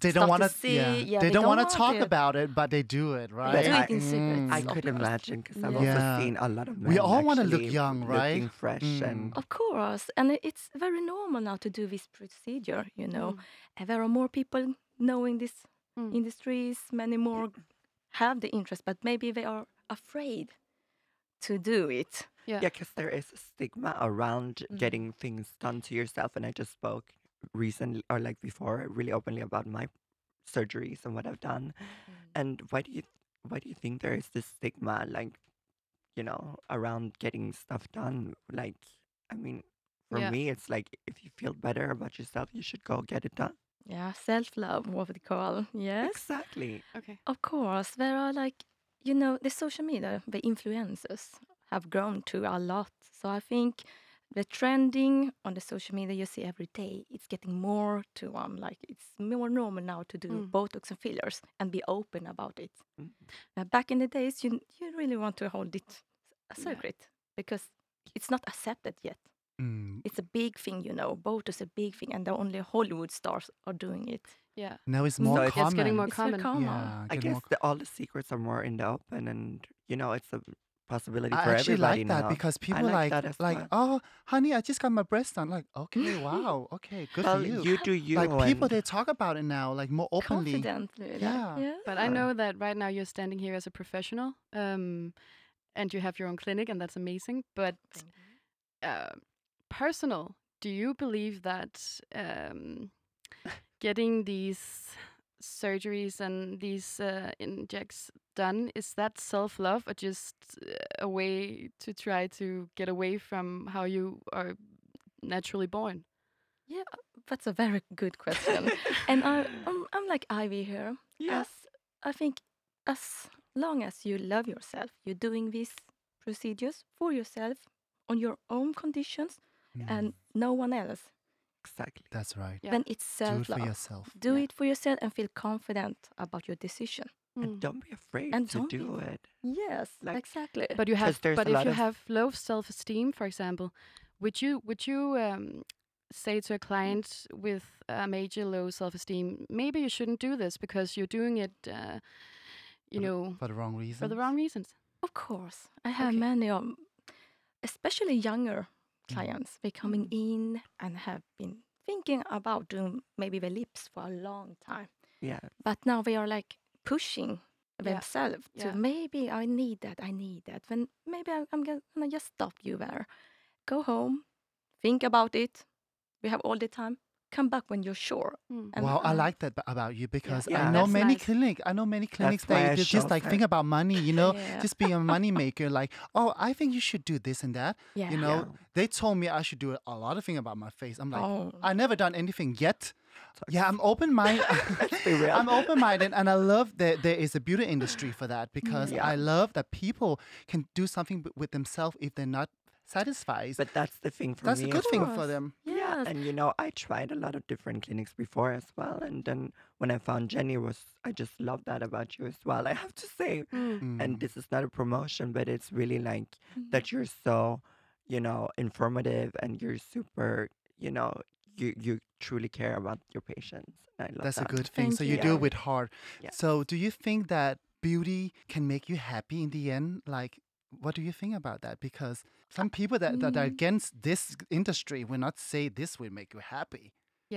they don't
stuff
want
to
to yeah.
see. Yeah,
they,
they
don't
don't
want
want
to talk
it.
about it but they do it right
do it
in secret.
I
Mm.
could
Of course.
imagine because I've
Yeah.
also seen a lot of men.
We all wanna look
actually
young, right?
Looking fresh
Mm.
and
Of course, and i- it's very normal now to do this procedure. You know, and there are more people knowing this
Mm.
industries. Many more have the interest, but maybe they are afraid to do it.
Yeah.
yeah, because there is a stigma around
Mm-hmm.
getting things done to yourself. And I just spoke recently or like before, really openly about my surgeries and what I've done.
Mm-hmm.
And why do you why do you think there is this stigma, like you know, around getting stuff done? Like, I mean, for
Yeah.
me, it's like if you feel better about yourself, you should go get it done.
Yeah, self love, what we call. Yes,
Exactly.
Okay.
of course. There are like you know the social media, the influencers have grown to a lot. So I think the trending on the social media you see every day, it's getting more to um like it's more normal now to do
Mm.
Botox and fillers and be open about it.
Mm.
Uh, back in the days, you you really want to hold it a
Yeah.
secret because it's not accepted yet.
Mm.
It's a big thing, you know. Botox is a big thing, and the only Hollywood stars are doing it.
Yeah.
Now it's
No,
more
it's-
common.
It's getting more
It's very
common.
common.
Yeah,
I
getting
guess
more
the, all the secrets are more in the open, and you know, it's a possibility
I
for
actually
everybody
like that
now.
because people
like
like
that
like,
as well.
oh honey, I just got my breast done. Like
<laughs>
okay, wow, okay, good
well,
for you.
you do you.
like people,
and-
they talk about it now, like more openly.
Confidently, like,
Yeah.
yeah.
But I
Yeah.
know that right now you're standing here as a professional, um, and you have your own clinic, and that's amazing. But
Mm-hmm.
uh, personal, do you believe that um, getting these surgeries and these uh, injects done is that self love or just uh, a way to try to get away from how you are naturally born?
Yeah, that's a very
<laughs>
good question. and I, um, I'm, I'm like Ivy here.
Yes.
As, I think as long as you love yourself, you're doing these procedures for yourself on your own conditions
Mm,
and no one else,
Exactly.
that's right.
Yeah.
then it's
Do it
self
for
love.
yourself.
Do
Yeah.
it for yourself and feel confident about your decision.
Mm.
And don't be afraid
Hmm. And
to
don't be
do
afraid.
it.
Yes,
Like-
exactly.
But you
'Cause
have,
there's
but
a
if
lot
you
of-
have low self esteem, for example, would you would you um, say to a client with a major low self esteem, maybe you shouldn't do this because you're doing it, uh,
For
you
the-
know,
For the wrong reason.
for the wrong reasons?
Of course, I have
Okay. Mm-hmm.
many of, especially younger
Mm.
clients, they coming in and have been thinking about doing maybe the lips for a long time,
Yeah.
but now they are like pushing
Yeah.
themselves
Yeah.
to maybe I need that, I need that. Then maybe I'm, I'm gonna just stop you there, go home, think about it. We have all the time. Come back when you're sure.
Mm.
And
wow, I
uh,
like that b- about you because
Yeah,
I know
that's
many
nice.
clinic. I know many clinics
why
they
I
they just
showed
like
her.
think about money, you know,
Yeah.
just being a money maker. Like, oh, I think you should do this and that.
Yeah.
You know,
Yeah.
they told me I should do a lot of things about my face. I'm like,
Oh.
I never done anything yet. Yeah, I'm open
<laughs>
minded.
be real.
<laughs> I'm
<laughs>
open minded, and I love that there is a beauty industry for that because
Yeah.
I love that people can do something b- with themselves if they're not satisfied.
But that's the thing for
That's
me.
a good
as
thing
well.
for
course.
them.
Yes.
And you know, I tried a lot of different clinics before as well. And then when I found Jenny was I just love that about you as well. I have to say.
Hmm. Mm. Mm-hmm.
And this is not a promotion, but it's really like
Mm-hmm.
that you're so, you know, informative and you're super, you know, you you truly care about your patients. I love
That's a
that.
good thing.
Thank
so you,
you.
do
Yeah.
it with heart.
Yeah.
So do you think that beauty can make you happy in the end? Like, what do you think about that? Because some people that, that are
Mm.
against this industry will not say this will make you happy.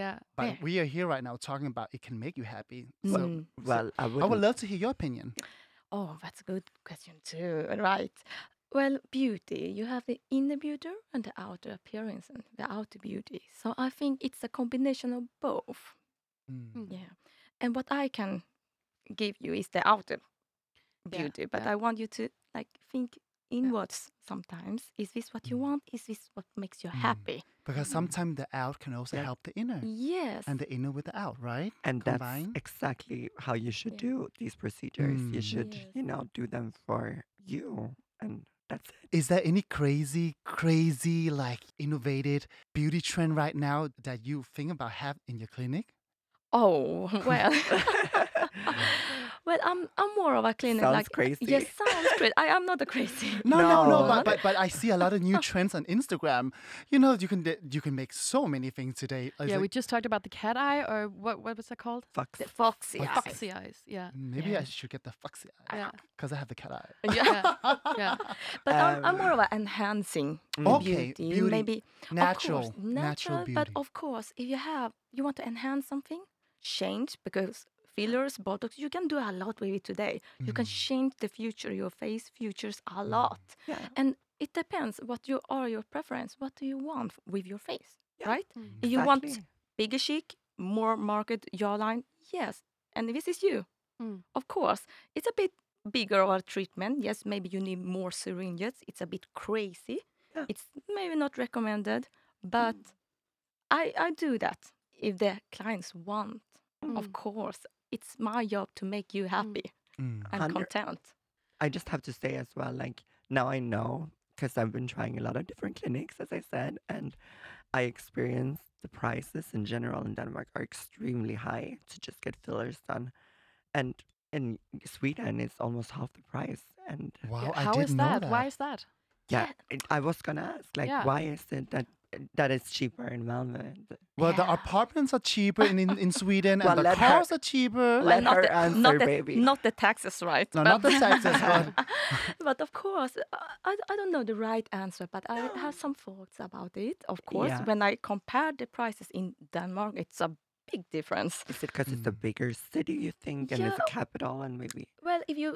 Yeah.
But
Yeah.
we are here right now talking about it can make you happy. So
Mm.
Well, I would
I would love to hear your opinion.
Oh, that's a good question too. Right. Well, beauty. You have the inner beauty and the outer appearance and the outer beauty. So I think it's a combination of both.
Mm.
Yeah. And what I can give you is the outer
Yeah,
beauty, but
yeah.
I want you to like think inwards sometimes. Is this what you
Mm.
want? Is this what makes you
Mm.
happy?
Because sometimes the out can also
Yeah.
help the inner.
Yes.
And the inner with the out, right?
and
combine.
that's exactly how you should
Yeah.
do these procedures. You
Mm.
should,
Yes.
you know, do them for you, and that's it.
Is there any crazy, crazy, like innovative beauty trend right now that you think about have in your clinic?
Oh <laughs>
<laughs>
well. well, I'm I'm more of a clinic
Sounds
like
crazy.
Yes, sounds crazy. I am not a crazy.
<laughs> No, no, no,
No.
but, but but I see a lot of new trends on Instagram. You know, you can d- you can make so many things today. I was
yeah, we
like,
just talked about the cat eye, or what? What was that called?
Fox.
The foxy
Foxy.
eyes.
Foxy eyes. Yeah.
maybe I
Yeah.
should get the foxy eye
Yeah.
because I have the cat eye.
Yeah.
<laughs>
yeah.
But I'm, I'm
Um,
more of an enhancing
Mm.
Okay,
beauty,
beauty,
maybe of course,
Natural, natural, beauty.
But of course, if you have you want to enhance something, change because fillers, botox, you can do a lot with it today. You
Mm.
can change the future, your face futures a lot,
Yeah.
and it depends what you are your preference. What do you want f- with your face,
Yeah.
right?
Hmm.
Mm.
If You want
Exactly.
bigger cheek, more marked jawline, yes. And this is you,
Mm.
of course. It's a bit bigger of a treatment. Yes, maybe you need more syringes. It's a bit crazy.
Yeah.
It's maybe not recommended, but I, I do that if the clients want. Of
Mm.
course, it's my job to make you happy
Mm.
and
Hundred-
content.
I just have to say as well, like now I know because I've been trying a lot of different clinics, as I said, and I experienced the prices in general in Denmark are extremely high to just get fillers done, and in Sweden it's almost half the price. And
Wow,
Yeah,
I
how
didn't
is
know
that?
that.
Why is that?
yeah, it, I was gonna ask, like,
Yeah.
why is it that that it's cheaper in Malmö? Th-
Well, the
Yeah.
apartments are cheaper in, in, in Sweden,
Well,
and the
let her-
cars are cheaper.
let
not
her
the,
answer,
not the,
baby.
Not the taxes, right?
No, not
but-
the
<laughs>
taxes, but-
but of course, uh, I, I don't know the right answer, but I have some thoughts about it. Of course,
Yeah.
when I compare the prices in Denmark, it's a big difference.
Is it because
Mm.
it's a bigger city, you think, and it's a capital, and maybe
Well, if you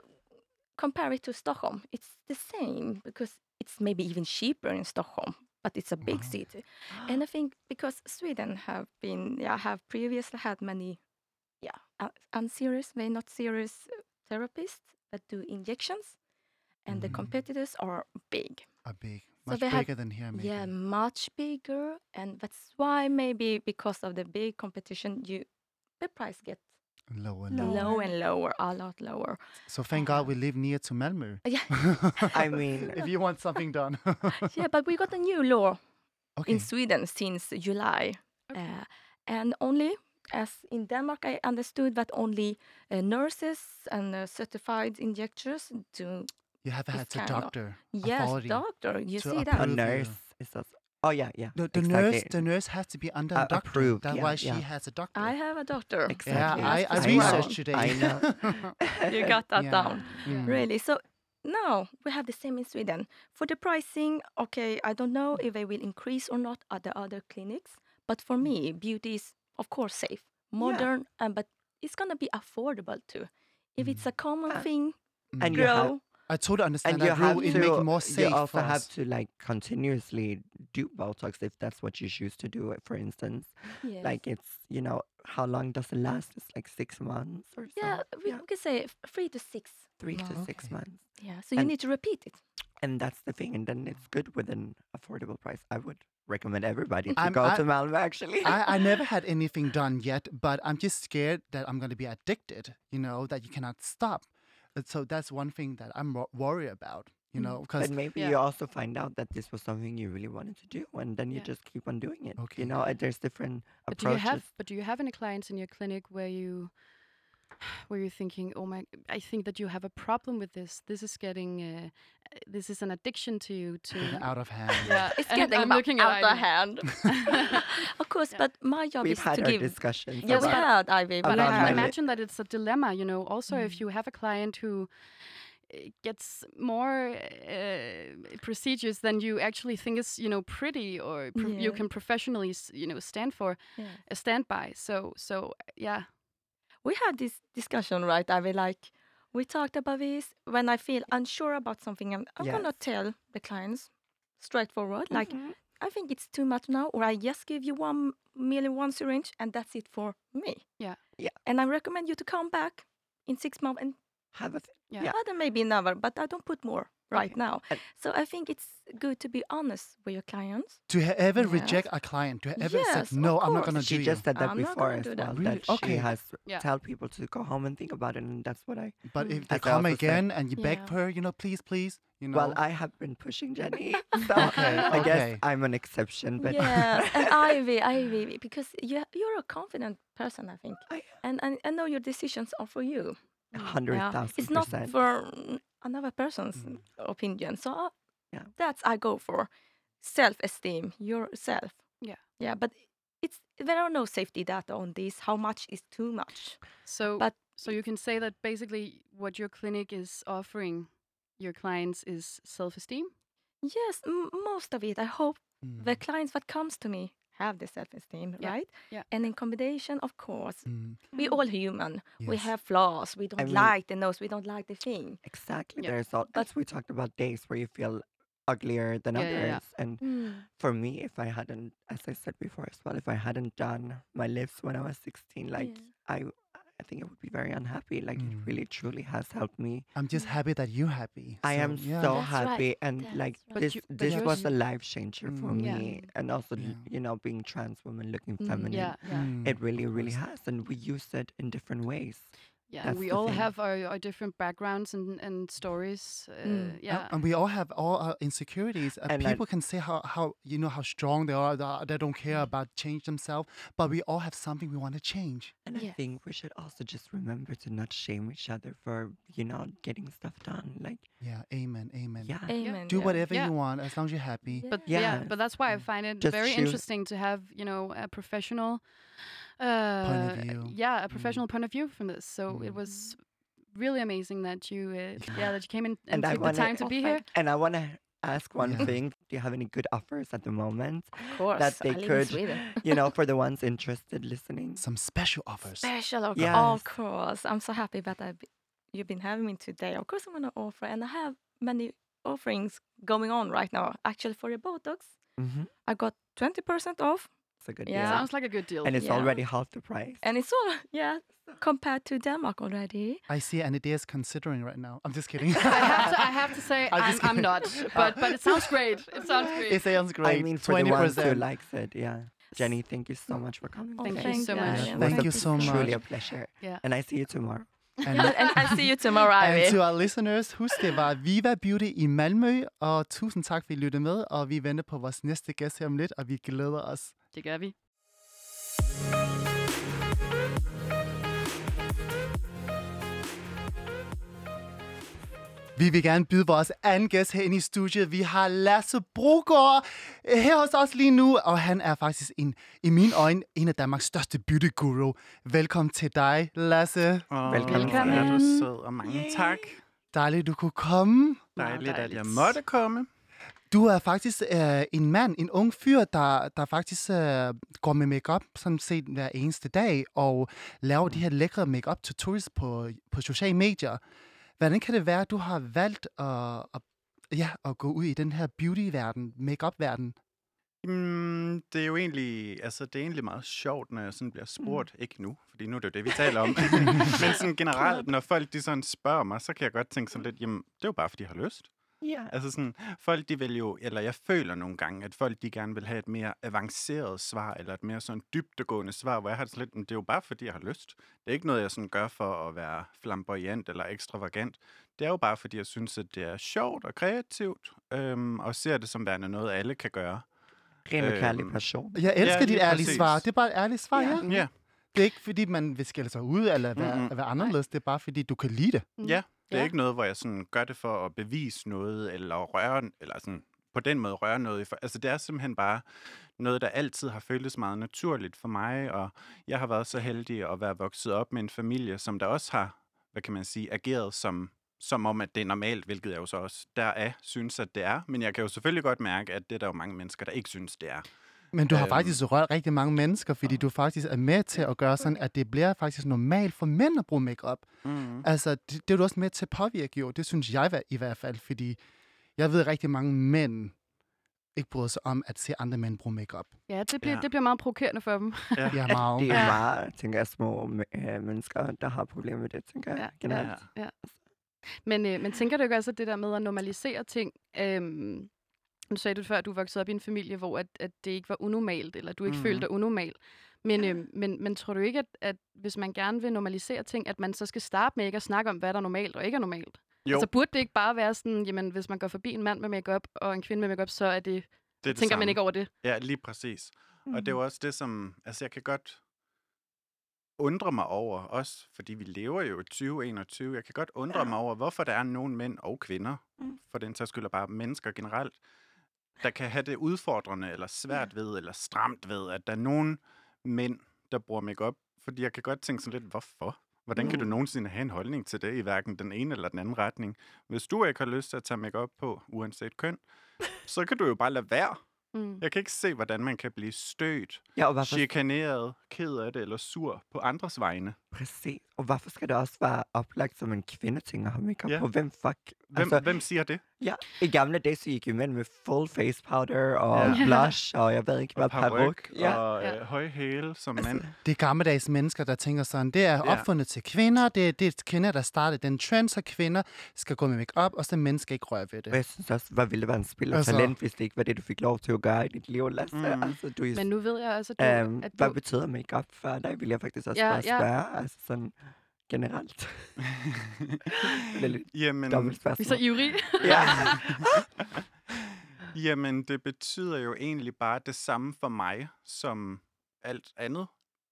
compare it to Stockholm, it's the same because it's maybe even cheaper in Stockholm, but it's a big
Wow.
city.
<gasps>
And
Ah.
I think because Sweden have been, yeah, have previously had many, yeah, uh, unserious, maybe not serious uh, therapists that do injections, and the
Mhm.
competitors are big.
Are big, much
they
bigger
have-
than here, maybe.
Yeah, much bigger, and that's why maybe because of the big competition, you the price gets
Lower, and
No.
lower.
low and lower, a lot lower. <laughs>
So thank God we live near to Malmö. <laughs>
Yeah,
I
<laughs>
mean, <laughs>
if you want something done. <laughs>
yeah, but we got a new law
okay.
in Sweden since July.
Okay. <laughs>
Uh, and only, as in Denmark, I understood that only uh, nurses and uh, certified injectors do.
you have
it's
had a
kind of-
doctor.
Yes,
authority
doctor, you
to
see
a
approve.
that?
Approve, yeah.
nurse is also. Oh yeah, yeah.
No, the nurse,
exactly.
the nurse has to be under
Uh,
a doctor.
approved,
That's
yeah,
why she
yeah.
has a doctor.
I have a doctor.
Exactly.
yeah, I, I
Yes,
I know,
researched today. Mm.
I
<laughs>
know.
<laughs>
Hmm.
<laughs>
You got that
Yeah.
down.
Hmm.
Mm.
Really? So now we have the same in Sweden. For the pricing, okay, I don't know if they will increase or not at the other clinics, but for me,
Mm.
beauty is of course safe, modern, and but it's gonna be affordable too. If it's a common
Uh,
thing,
and you have
grow.
I totally understand
and you
that
have
rule. It make
to.
it more safe
you also
for
have
us.
to like continuously do Botox if that's what you choose to do. it, For instance,
Yes.
like it's you know how long does it last? It's like six months or so.
yeah, we, we can say f- three to six.
three to
Wow.
six
Oh, Okay.
months.
Yeah, so you
And-
need to repeat it.
And that's the thing. And then it's good with an affordable price. I would recommend everybody to
I'm-
go
I-
to Malmö, actually. <laughs>
I, I never had anything done yet, but I'm just scared that I'm going to be addicted, you know, that you cannot stop. And So that's one thing that I'm wor- worried about,
Mm.
you know, because
but maybe
Yeah.
you also find out that this was something you really wanted to do, and then you
Yeah.
just keep on doing it.
Okay.
You know, uh, there's different
But do you
approaches.
have but do you have any clients in your clinic where you <sighs> where you're thinking, oh my, I think that you have a problem with this. This is getting, uh, uh, this is an addiction to you. To
out of
<laughs>
hand.
yeah, <laughs>
It's
and
getting
I'm
ba-
looking
out
at
of
Ivy. <laughs>
hand. <laughs> of course, but my job
We've
is
had
to
our
give.
discussions.
yeah, we
about-
had Ivy,
But
but
about
I
I
can
my
have
li-
imagine that it's a dilemma, you know. Also,
Mm.
if you have a client who eh, gets more uh, procedures than you actually think is, you know, pretty or pro- you
Yeah.
can professionally, s- you know, stand for,
Yeah.
uh, stand by. So, so yeah,
we had this discussion, right? I mean, like, we talked about this. When I feel unsure about something, I'm, I'm gonna
Yes. Mm-hmm.
tell the clients straightforward, like, I think it's too much now, or I just give you one meal in one syringe, and that's it for me.
Yeah.
Yeah.
And I recommend you to come back in six months and
Have a th-
Yeah.
yeah.
other maybe another, but I don't put more right
Okay.
now.
And-
So I think it's good to be honest with your clients.
Do you ever
Yes.
reject a client? Do you ever
Yes,
say, no,
of
I'm not
course.
going to do
She just said that
I'm not
before
gonna
as
do that.
well.
Really?
That she
Okay.
has
Yeah.
tell people to go home and think about it, and that's what I.
you? But if
"Mm," I
they
thought
come
it was like-
again and you beg
Yeah.
for her, you know, please, please, you know.
Well, I have been pushing Jenny, so
Okay,
I guess
okay.
I'm an exception. <laughs> But <laughs>
Yes, and Ivy, Ivy, because you you're a confident person, I think,
I-
and and I know your decisions are for you.
hundred
Yeah,
thousand
It's not
percent. Mm.
for mm, another person's opinion. So I,
Yeah.
that's I go for self-esteem yourself.
Yeah.
Yeah, but it's there are no safety data on this. How much is too much?
So,
But
so you can say that basically what your clinic is offering your clients is self-esteem.
Yes, m- most of it. I hope
Mm,
the clients that comes to me have the self-esteem,
Yeah,
right?
yeah. Mm-hmm.
And in combination, of course,
mm,
we all human. We
yes.
have flaws. We don't
mean-
like the nose. We don't like the thing.
Exactly.
Yeah.
There's all.
But-
As we talked about days where you feel uglier than
Yeah, yeah,
others,
yeah.
Mm-hmm.
and
Mm.
for me, if I hadn't, as I said before as well, if I hadn't done my lips when I was 16, like
Yeah.
I, I think I would be very unhappy. Like it
Mm.
really, truly has helped me.
I'm just happy that you're happy.
Mm-hmm. I
So,
am
yeah.
so
That's right.
happy, and like
That's right.
this,
you- but
this
yours-
was a life changer for
Mm.
Yeah.
me, and also
Yeah.
you know being trans woman, looking
Mm.
feminine.
Yeah, yeah.
Mm,
It really,
of
really
course.
has, and we use it in different ways.
Yeah,
That's
and we
the
all
thing.
have our, our different backgrounds and, and stories. Uh,
Oh,
Mm.
And-
um,
Yeah.
And we all have all our insecurities. And,
And I-
people can say how, how you know how strong they are. That they don't
Mm-hmm.
care about change themselves. But we all have something we want to change.
And I
Yeah.
think we should also just remember to not shame each other for, you know, getting stuff done. Like,
Yeah. Amen. Amen.
yeah.
Amen.
Do
yeah.
whatever
Yeah.
you want as long as you're happy.
Yeah.
But yeah.
Yeah. Mm.
but that's why I find it
Just
very
choose-
interesting to have you know a professional uh,
view.
Yeah, a professional point of view from this. So it
Mm.
was really amazing that you uh,
<laughs>
yeah that you came in and,
And I
took the
wanna-
time to
Oh,
be here.
thank
And I want to ask one
Yeah.
thing. Do you have any good offers at the moment?
Of course.
that they
I live in
could-
Sweden.
You know, for the ones interested listening.
Some special offers.
Special, of,
Yes.
of course. I'm so happy that I've, be- you've been having me today. Of course, I'm going to offer, and I have many offerings going on right now. Actually, for your Botox,
Mm-hmm.
I got 20% off,
It's a good
Yeah.
deal.
Sounds like a good deal.
And it's
Yeah.
already half the price.
and it's all, <laughs> yeah, compared to Denmark already.
I see Anidea is considering right now. I'm just kidding.
<laughs> I have to I have
<laughs>
to say
I'm
I'm,
just
I'm
kidding.
not, but but it sounds great. It
<laughs>
sounds great.
it sounds great.
I mean, for
twenty
the ones who
percent.
likes it, yeah. Jenny, thank you so much for coming.
Oh,
Thank you
today.
so
God.
much.
It
Yeah,
was
thank
a-
you so much.
Truly a pleasure.
<laughs>
Yeah.
And I see you tomorrow.
And-
and, and I see you tomorrow,
And
Ivy.
to our listeners, husk, det var Viva Beauty i Malmø, og tusind tak, fordi I lyttede med, og vi venter på vores næste gæst her om lidt, og vi glæder os.
Det gør vi.
Vi vil gerne byde vores anden gæst herinde i studiet. Vi har Lasse Brogaard øh, her hos os lige nu, og han er faktisk en, i mine øjne en af Danmarks største beautyguru. Velkommen til dig, Lasse.
Og
Velkommen
Velkommen. Er du
til.
sød, og mange Yay. tak.
Dejligt, du kunne komme.
Dejligt, at jeg
dejligt.
måtte komme.
Du er faktisk øh, en mand, en ung fyr, der, der faktisk øh, går med makeup sådan set hver eneste dag, og laver de her lækre makeup tutorials på, på sociale medier. Hvordan kan det være, at du har valgt at, at, ja, at gå ud i den her beauty-verden, makeup-verden?
Mm, det er jo egentlig, altså, det er egentlig meget sjovt, når jeg sådan bliver spurgt. Mm. Ikke nu, fordi nu er det jo det, vi taler om. Men sådan generelt, når folk de sådan spørger mig, så kan jeg godt tænke sådan lidt, jamen, det er jo bare, fordi jeg har lyst.
Ja.
Altså sådan, folk de vil jo, eller jeg føler nogle gange, at folk de gerne vil have et mere avanceret svar, eller et mere sådan dybtegående svar, hvor jeg har det sådan lidt, "Men det er jo bare fordi, jeg har lyst. Det er ikke noget, jeg sådan gør for at være flamboyant eller ekstravagant. Det er jo bare fordi, jeg synes, at det er sjovt og kreativt, øhm, og ser det som værende noget, alle kan gøre.
Ren og kærlig
Um,
Øhm,
passion.
Jeg elsker ja, dit
lige
ærlige
præcis.
svar. Det er bare et ærligt svar, ja.
Ja,
Det er ikke, fordi man vil skælde sig ud eller være,
Mm-mm.
være anderledes. Det er bare, fordi du kan lide det.
Mm.
ja. Det er
Ja.
ikke noget, hvor jeg sådan gør det for at bevise noget, eller røre, eller sådan på den måde røre noget. i fo- Altså, det er simpelthen bare noget, der altid har føltes meget naturligt for mig, og jeg har været så heldig at være vokset op med en familie, som der også har, hvad kan man sige, ageret som, som om, at det er normalt, hvilket jeg jo så også deraf synes, at det er. Men jeg kan jo selvfølgelig godt mærke, at det er der jo mange mennesker, der ikke synes, det er.
Men du har
Øhm.
faktisk rørt rigtig mange mennesker, fordi du faktisk er med til at gøre sådan, at det bliver faktisk normalt for mænd at bruge makeup.
Mm.
Altså, det, det er du også med til at påvirke, jo. Det synes jeg hver- i hvert fald, fordi jeg ved rigtig mange mænd ikke bryder sig om at se andre mænd bruge makeup.
Ja, det bliver
Ja.
det bliver meget provokerende for dem.
<laughs>
Jeg er
Det
meget.
er
Ja.
jo bare, tænker jeg, små øh, mennesker, der har problemer med det, tænker jeg.
Ja,
Generelt.
ja.
Men, øh, men tænker du ikke også, at det der med at normalisere ting... Øhm, nu sagde du før, at du voksede op i en familie, hvor at, at det ikke var unormalt, eller du ikke mm-hmm. følte dig unormal. Men, øh, men, men tror du ikke, at, at hvis man gerne vil normalisere ting, at man så skal starte med ikke at snakke om, hvad der er normalt og ikke er normalt?
Jo.
Altså burde det ikke bare være sådan, jamen hvis man går forbi en mand med makeup og en kvinde med makeup, så er det,
Det er det
tænker man
samme.
ikke over det?
Ja, lige præcis. Mm. Og det er jo også det, som... Altså, jeg kan godt undre mig over, også fordi vi lever jo i 2021, jeg kan godt undre ja. mig over, hvorfor der er nogle mænd og kvinder, mm. for den sags skyld og bare mennesker generelt, der kan have det udfordrende, eller svært ved, eller stramt ved, at der er nogle mænd, der bruger makeup, fordi jeg kan godt tænke sådan lidt, hvorfor? Hvordan kan du nogensinde have en holdning til det i hverken den ene eller den anden retning? Hvis du ikke har lyst til at tage makeup på, uanset køn, så kan du jo bare lade være.
Mm.
Jeg kan ikke se, hvordan man kan blive stødt,
Ja, og hvorfor,
chikaneret, ked af det eller sur på andres vegne.
præcis. og hvorfor skal det også være oplagt som en kvinde, tænker jeg, makeup
Ja.
på? Hvem fuck?
Hvem, altså, hvem siger det?
Ja, i gamle dage, så gik jo mænd med full face powder og
Ja.
<laughs>
ja. blush, og jeg ved ikke hvad,
Og
peruk.
parryk
Ja. Altså,
og
Ja.
øh, høje hæle som
<laughs>
mand.
Det er gammeldags mennesker, der tænker sådan, det er
Ja.
opfundet til kvinder, det er, det er kvinder, der startede den trend, så kvinder skal gå med makeup, og så mænd skal ikke røre ved
Og
det.
jeg synes også, hvad ville det være en spil og
Altså-
talent, hvis det ikke var det, du fik lov til at gøre i dit liv, Lasse?
Mhm.
Mm. Altså, du, er
Men nu ved jeg også, at du...
Øhm,
at
hvad
du
betyder makeup for dig, vil jeg faktisk også
Ja,
bare
ja.
spørge. Altså sådan, generelt? det er lidt
<laughs> Jamen,
dobbelt
Vi er
spørgsmål.
så ivrige. <laughs>
<laughs> ja.
<laughs> Jamen, det betyder jo egentlig bare det samme for mig, som alt andet.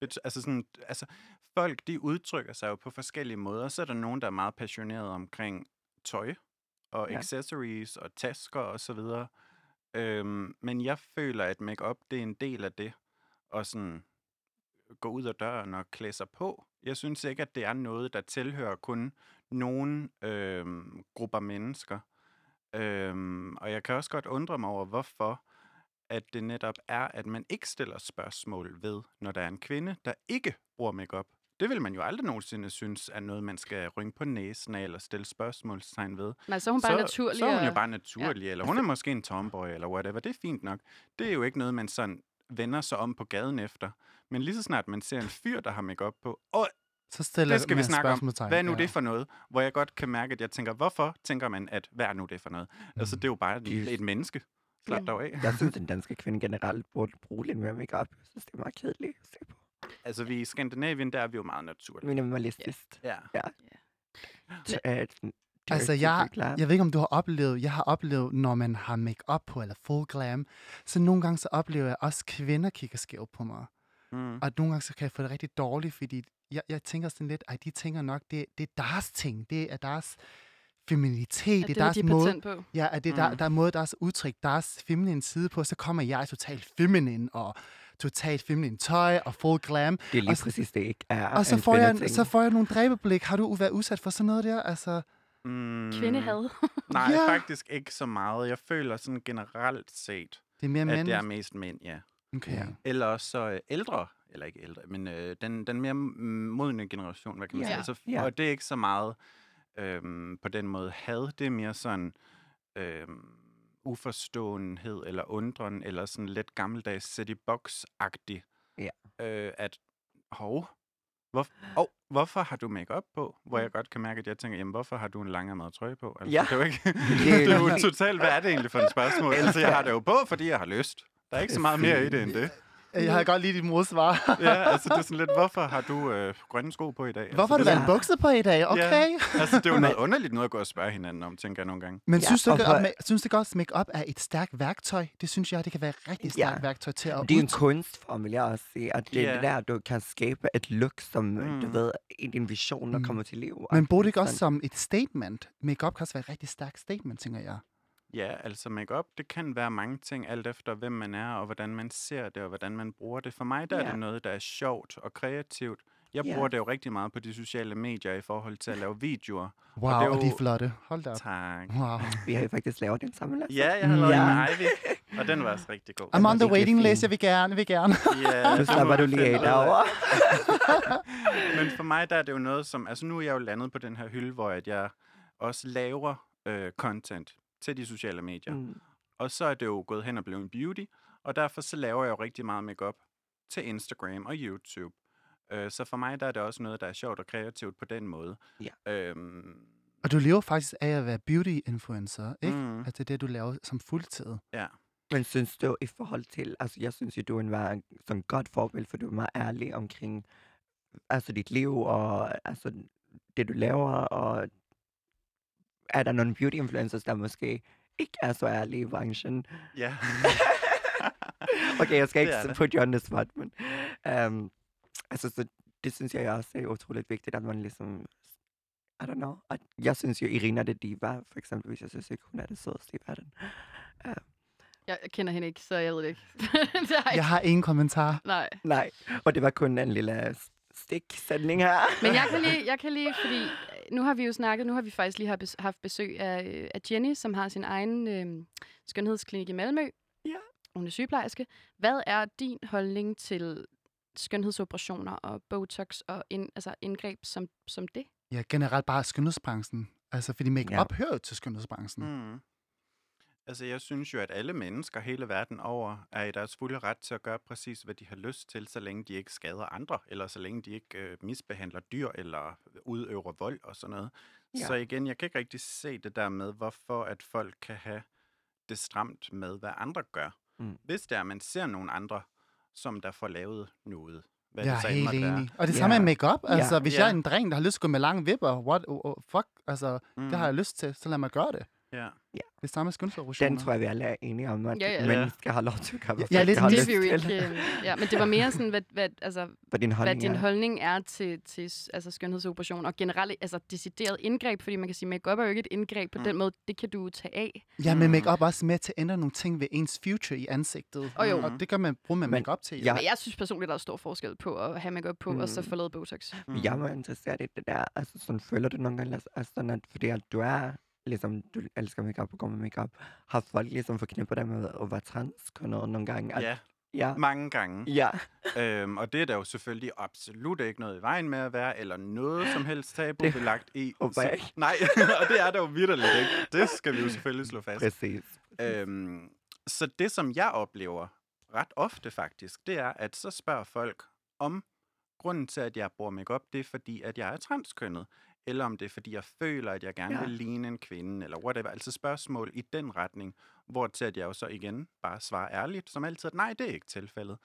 Bet- Altså, sådan, altså, folk, de udtrykker sig jo på forskellige måder. Så er der nogen, der er meget passionerede omkring tøj og
Ja.
ja. accessories og tasker og så videre. Øhm, men jeg føler, at makeup det er en del af det. Og sådan gå ud af døren og klæde sig på. Jeg synes ikke, at det er noget, der tilhører kun nogle øhm, grupper mennesker. Øhm, og jeg kan også godt undre mig over, hvorfor at det netop er, at man ikke stiller spørgsmål ved, når der er en kvinde, der ikke bruger makeup. Det vil man jo aldrig nogensinde synes er noget, man skal rynke på næsen af eller stille spørgsmålstegn ved.
Nej, så er hun bare
så,
naturlig.
Så er hun jo
og-
bare naturlig, ja. eller hun er måske en tomboy, eller whatever. Det er fint nok. Det er jo ikke noget, man sådan vender sig om på gaden efter. Men lige så snart man ser en fyr, der har makeup på, og
Så stiller
det skal vi
man
snakke om.
spørgsmålstegn.
Hvad er nu
Ja.
det for noget? Hvor jeg godt kan mærke, at jeg tænker, hvorfor tænker man, at hvad er nu det for noget? Altså, det er jo bare et, et menneske. Slap dig af.
Jeg synes, den danske kvinde generelt burde bruge lidt mere makeup. Jeg synes, det er meget kedeligt at se på.
<laughs> Altså, vi i Skandinavien, der er vi jo meget naturlige.
Minimalistisk.
Ja.
Altså, jeg, jeg ved ikke, om du har oplevet, jeg har oplevet, når man har makeup på, eller full glam, så nogle gange så oplever jeg også, at kvinder kigger skævt på mig.
Mm.
Og nogle gange så kan jeg få det rigtig dårligt, fordi jeg, jeg tænker sådan lidt, at de tænker nok, det, det er deres ting, det er deres
at
feminitet, det
det
er
har
deres
de
måde,
patent på.
Ja, at det der,
Mm.
der er måde, deres udtryk, deres feminine side på, så kommer jeg totalt feminin og totalt feminin tøj og full glam.
Det er lige
og-
præcis det, ikke er
og så
en
får, jeg,
kvindeting.
så får jeg nogle dræbeblik. Har du været udsat for sådan noget der? Altså,
Mm.
Kvindehad.
Nej,
Ja.
faktisk ikke så meget. Jeg føler sådan generelt set,
det er mere
at
mænd.
det er mest mænd, ja.
Okay.
Ja.
Ja.
Eller også så øh, ældre, eller ikke ældre, men øh, den, den mere mm, modne generation, hvad kan
Ja.
man sige. Altså,
Ja.
Og det er ikke så meget øhm, på den måde had, det er mere sådan øhm, uforståenhed eller undren, eller sådan lidt gammeldags sæt i boks-agtig.
Ja.
Øh, at, hov, hvor, oh, hvorfor har du makeup på? Hvor jeg godt kan mærke, at jeg tænker, jamen hvorfor har du en langærmet trøje på? Altså,
Mm. Ja.
Det er jo, ikke,
Det er
<laughs> det er jo
lige-
totalt, hvad er det egentlig for et
<laughs>
spørgsmål? Altså, jeg har det jo på, fordi jeg har lyst. Der er ikke så meget mere i det end det.
Øh, Jeg har godt lige dit modsvar.
Ja, altså det er sådan lidt, hvorfor har du øh, grønne sko på i dag?
Hvorfor har du
altså,
været en bukse på i dag? Okay. Ja.
det, altså, det er jo noget underligt noget at gå og spørge hinanden om, tænker jeg nogle gange.
Men
Ja,
synes, du
og
ikke,
for-
at, ma- synes du godt, at make-up er et stærkt værktøj? Det synes jeg, det kan være et rigtig stærkt
Ja.
værktøj til at
Det er en
ud-
kunstform, vil jeg også sige, at det er
Ja.
det der, du kan skabe et look, som mm. du
Mm.
ved, i din vision, der
Mm.
kommer til liv.
Men bruger det ikke
Sådan.
også som et statement? Make-up kan også være et rigtig stærkt statement, tænker jeg.
Ja, altså makeup, det kan være mange ting, alt efter hvem man er, og hvordan man ser det, og hvordan man bruger det. For mig, der
Ja.
er det noget, der er sjovt og kreativt. Jeg
Ja.
bruger det jo rigtig meget på de sociale medier i forhold til at lave videoer.
Wow, og,
det er
og de
jo-
er flotte. Hold da op.
Tak.
Wow.
Vi har jo faktisk lavet den sammen. Lasse.
Ja, jeg har lavet
Ja.
ja. med Ivy, og den var også rigtig god.
I'm on the
virkelig
waiting
fin.
list. Jeg vil gerne, vil gerne. <laughs>
Ja,
Nu
det må
slapper
<laughs> vi
du lige
finde
af
ud af.
derovre.
<laughs> Men for mig, der er det jo noget som... Altså, nu er jeg jo landet på den her hylde, hvor at jeg også laver øh, content til de sociale medier. Mm.
Mm.
Og så er det jo gået hen og blevet en beauty, og derfor så laver jeg jo rigtig meget makeup til Instagram og YouTube. Øh, så for mig, der er det også noget, der er sjovt og kreativt på den måde.
Ja.
Øhm,
Og du lever faktisk af at være beauty-influencer, ikke? Mm.
mm,
Altså det er det, du laver som fuldtid.
ja.
Men synes du i forhold til, altså jeg synes jo, du er en meget, sådan godt forbillede, for du er meget ærlig omkring altså dit liv og altså det, du laver, og er der nogle beauty influencers, der måske ikke er så ærlige i branchen?
<laughs> ja.
<laughs> Okay, jeg skal
<laughs> Det er
ikke
det.
put you on the spot, men um, altså, så det synes jeg også er utroligt vigtigt, at man ligesom, I don't know, at jeg synes jo, Irina det diva, for eksempel, hvis jeg synes ikke, hun er det sødeste i verden.
Jeg kender hende ikke, så jeg ved det ikke. <laughs> Nej.
Jeg har ingen kommentar.
Nej.
Nej, og det var kun en lille s- stik-sætning her.
Men jeg
<laughs>
kan lige, jeg kan lige fordi øh, nu har vi jo snakket, nu har vi faktisk lige har bes- haft besøg af, øh, af Jenny, som har sin egen øh, skønhedsklinik i Malmø.
Ja.
Hun er sygeplejerske. Hvad er din holdning til skønhedsoperationer og botox og ind, altså indgreb som, som det?
Ja, generelt bare skønhedsbranchen. Altså, fordi make-up ja. hører jo til skønhedsbranchen. Mm.
Mm. Altså, jeg synes jo, at alle mennesker hele verden over er i deres fulde ret til at gøre præcis, hvad de har lyst til, så længe de ikke skader andre, eller så længe de ikke øh, misbehandler dyr, eller udøver vold og sådan noget.
Ja.
Ja. Så igen, jeg kan ikke rigtig se det der med, hvorfor at folk kan have det stramt med, hvad andre gør.
Mm.
Hvis det er, at man ser nogle andre, som der får lavet noget, hvad
jeg
det så
er
end
helt
måtte være.
enig. Og det
Ja.
samme med makeup. Altså,
Ja.
hvis
Ja.
jeg er en dreng, der har lyst til at gå med lange vipper, what, oh, oh, fuck, altså,
Mm.
det har jeg lyst til, så lad mig gøre det.
Ja.
Det samme skønselrotioner.
Den tror jeg, vi alle er enige om, at
Ja, ja.
mænd
Ja.
skal have lov til at gøre, hvad
Jeg- jeg er
folk
lidt
har
Det
nervøs
er vi jo
lyst til.
ikke. øh, Ja, men det var mere sådan, hvad, hvad, altså,
Hvad din
hvad
holdning
din
er.
holdning er til, til s- altså, skønhedsoperation og generelt altså, decideret indgreb, fordi man kan sige, make-up er jo ikke et indgreb på
Mm.
den måde, det kan du tage af.
Ja, men
Mm.
makeup er også med til at ændre nogle ting ved ens future i ansigtet.
Og jo.
Og det gør man bruge med
Men
makeup til.
jeg-
Men jeg synes personligt, der er stor forskel på at have makeup på, mm. og så få lavet Botox.
Mm. Jeg var interesseret i det der, altså sådan føler du nogle gange, altså altså sådan at fordi at du er, ligesom du elsker makeup og går med makeup, har folk ligesom forknippet dig med at være transkønnet nogle gange? At,
Ja,
ja.
mange gange.
Ja.
Øhm, og det er der jo selvfølgelig absolut ikke noget i vejen med at være, eller noget
<gasps>
som helst tabu
Det
belagt i.
håber jeg ikke.
nej, <laughs> og det er der jo vidderligt ikke. Det skal vi jo selvfølgelig
<laughs>
slå fast.
Præcis.
Øhm, så det, som jeg oplever ret ofte faktisk, det er, at så spørger folk om grunden til, at jeg bruger makeup, det er fordi, at jeg er transkønnet, eller om det er fordi, jeg føler, at jeg gerne
Ja.
ja. vil ligne en kvinde, eller whatever. Altså spørgsmål i den retning, hvor til at jeg jo så igen bare svarer ærligt, som altid, at nej, det er ikke tilfældet.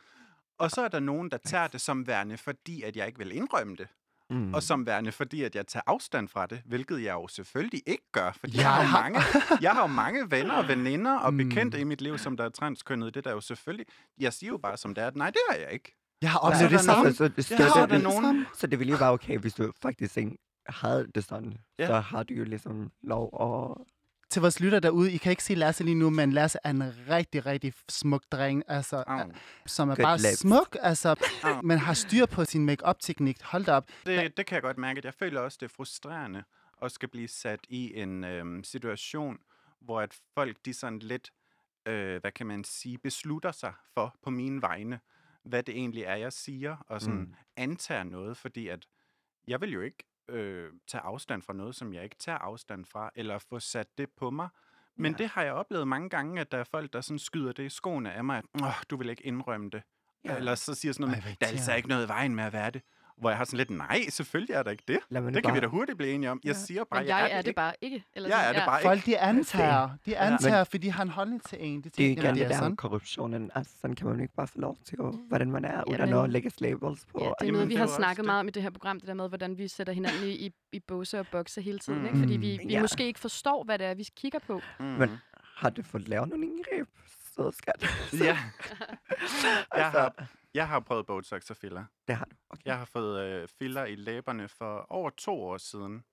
Og så er der nogen, der tager det som værende, fordi at jeg ikke vil indrømme det.
Mm.
Og som værende, fordi at jeg tager afstand fra det, hvilket jeg jo selvfølgelig ikke gør, fordi jeg,
Jeg
har, jo
har-
mange, jeg har jo mange venner og veninder og
Mm.
bekendte i mit liv, som der er transkønnede. Det er der jo selvfølgelig... Jeg siger jo bare, som det er, at nej, det er jeg ikke.
Jeg har
så
oplevet
er
det
der
samme.
nogen-
Så, så, så,
Jeg har
oplevet
der
det
nogen-
samme.
så det ville jo være okay, hvis du faktisk ikke havde det sådan.
Ja.
Så har du jo ligesom lov at...
Til vores lytter derude, I kan ikke se Lasse lige nu, men Lasse er en rigtig, rigtig smuk dreng, altså,
Au.
som er
Good
bare
lips.
smuk, altså,
Au.
men har styr på sin makeup-teknik. Hold da op.
Det, det kan jeg godt mærke. at Jeg føler også, det er frustrerende at skal blive sat i en øhm, situation, hvor at folk de sådan lidt, øh, hvad kan man sige, beslutter sig for på mine vegne, hvad det egentlig er, jeg siger, og sådan
Mm.
mm. antager noget, fordi at jeg vil jo ikke øh, tage afstand fra noget, som jeg ikke tager afstand fra, eller få sat det på mig. Men
Ja.
ja. det har jeg oplevet mange gange, at der er folk, der sådan skyder det i skoene af mig, at "Åh, du vil ikke indrømme det.
Ja.
Ja. Eller så siger sådan noget,
Ej,
med,
hvor
der er altså
irriterende."
ikke noget i vejen med at være det. Hvor jeg har sådan lidt, nej, selvfølgelig er der ikke det.
Lad mig nu
Det kan vi da
bare-
hurtigt blive enige om. Jeg siger bare,
Men jeg er det
ikke.
bare ikke. Eller
Jeg
sådan,
er det bare ikke.
Folk, de antager. De antager,
Men-
fordi de har en holdning til en. De
Det er
tænker,
igen
jamen,
det
det er
der med
sådan.
korruptionen. Altså, sådan kan man jo ikke bare få lov til, at- hvordan man er, uden at
men-
noget lægges labels på.
Ja, det er
Jamen,
noget, vi
det er
har
jo også
snakket
det.
meget om i det her program, det der med, hvordan vi sætter hinanden i, i, i båse og bokse hele tiden.
Mm.
Ikke? Fordi vi, vi
Ja.
ja. måske ikke forstår, hvad det er, vi kigger på.
Mm.
Men har du fået lavet nogle indgreb? Så <laughs> skat.
Ja. jeg,
Altså-
har, jeg har prøvet Botox og filler.
Det har du. Okay.
Jeg har fået øh, filler i læberne for over to år siden.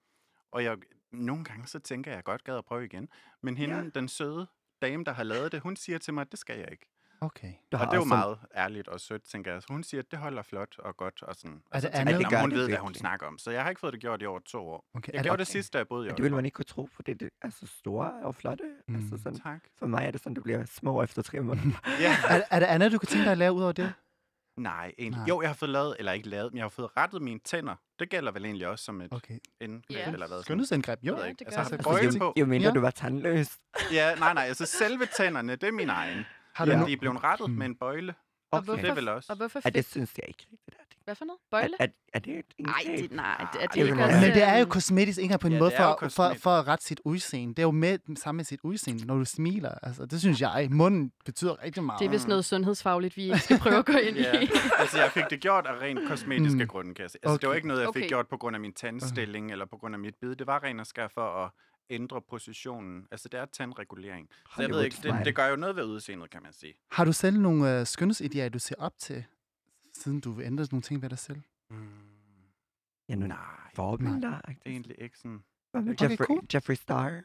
Og jeg, nogle gange så tænker jeg, at jeg godt gad at prøve igen. Men hende,
Ja.
ja. den søde dame, der har lavet det, hun siger til mig, at det skal jeg ikke.
Okay.
Du
Og
har
det er jo
også sådan-
meget ærligt og sødt, tænker jeg. Så hun siger, at det holder flot og godt. Og sådan.
Er
Og så
det
tænker
andet?
jeg,
Det
gør
"Nå, hun
det
ved, hvad hun
virkelig.
snakker om. Så jeg har ikke fået det gjort i over to år.
okay.
Jeg gjorde det sidste, da jeg boede i
Men Det ville
Aalborg.
man ikke kunne tro, fordi det er så also, store og flotte. Mm. Altså
Mm.
sådan,
Tak.
for mig er det sådan, det bliver små efter tre måneder.
Ja.
Er, er der andet, du kan tænke dig at lave ud over det?
Nej, egentlig.
Nej.
Nej. Jo, jeg har fået lavet, eller ikke lavet, men jeg har fået rettet mine tænder. Det gælder vel egentlig også som et okay.
Okay.
indgreb,
Ja.
eller hvad? sådan-
Skønhedsindgreb, jo.
Jeg ved
Ja,
ikke.
det
Altså,
gør
har
det.
jo,
brød på?
jo mindre
Ja.
ja. du var tandløs.
Ja, nej, nej, altså selve tænderne, det er min egen.
Har du
ja. Mm.
nu-
De er blevet rettet med en bøjle.
Og
Okay. Det er vel
Og
også.
hvorfor
Er det
fik...
synes jeg ikke rigtigt. Er det,
Hvad for noget?
er,
Bøjle?
er, er det et
Nej,
indgreb?
det, nej, det, er det
det er
ikke
vel
også...
meget-
Men det er jo
øhm,
kosmetisk indgreb på en
Ja,
måde
det er jo
for, for,
kosmetisk.
for at rette sit udseende. Det er jo med, sammen med sit udseende, når du smiler. Altså, det synes jeg. Munden betyder rigtig meget.
Det er vist noget sundhedsfagligt, vi ikke skal prøve at gå ind i.
Mm. Ja. Altså, jeg fik det gjort af rent kosmetiske
Mm.
mm. grunde, kan jeg sige. Altså, okay. det var
Okay.
ikke noget, jeg fik
Okay.
gjort på grund af min tandstilling, eller på grund af mit bid. Det var rent og skær for at ændre positionen. Altså, det er tandregulering. Så jeg ved
Hollywood
ikke, det,
smile.
det gør jo noget ved udseendet, kan man sige.
Har du selv nogle øh, skønhedsidealer, du ser op til, siden du vil ændre nogle ting ved dig selv?
Mm.
Ja, nu, nej.
Nej, det
Forbilder.
er egentlig ikke sådan...
Hvad med
Okay,
Jeffrey,
cool.
Jeffrey Star?
Nej.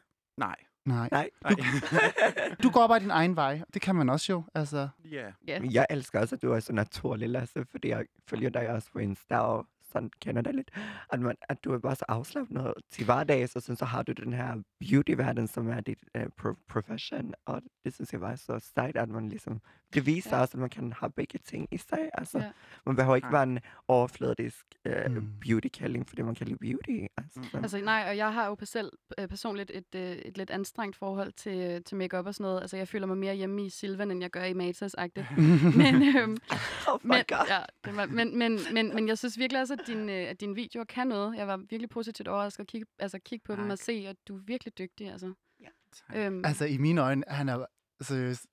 Nej.
Nej.
nej.
<laughs>
Du går bare din egen vej. Det kan man også jo. Altså,
ja.
<laughs> Ja.
Men Jeg elsker også, at du er så naturlig, Lasse, fordi jeg følger dig også på Insta og sådan kender dig lidt. At, man, at du er bare så afslappet til hverdag, så, sådan, så har du den her beauty-verden, som er dit uh, pro- profession. Og det synes jeg var så sejt, at man ligesom, det viser
Ja.
ja. også, at man kan have begge ting i sig. Altså,
Ja.
ja. Man behøver ikke
Nej.
være en overfladisk uh,
Mm.
mm. beauty-kælling, fordi man kan lide beauty. Altså,
Mm.
mm.
Altså nej, og jeg har jo selv, øh, personligt et, øh, et lidt anstrengt forhold til, øh, til makeup og sådan noget. Altså jeg føler mig mere hjemme i Silvan, end jeg gør i
<laughs>
<laughs> Matas-agtigt. Men, øhm,
<laughs> oh my
men,
god.
ja, det var, men, men, men, men jeg synes virkelig også, at, din, øh, at dine videoer kan noget. Jeg var virkelig positivt overrasket at kigge, altså, kigge på dem og se, at du er virkelig dygtig. Altså.
tak.
Øhm,
altså i mine øjne, han er seriøst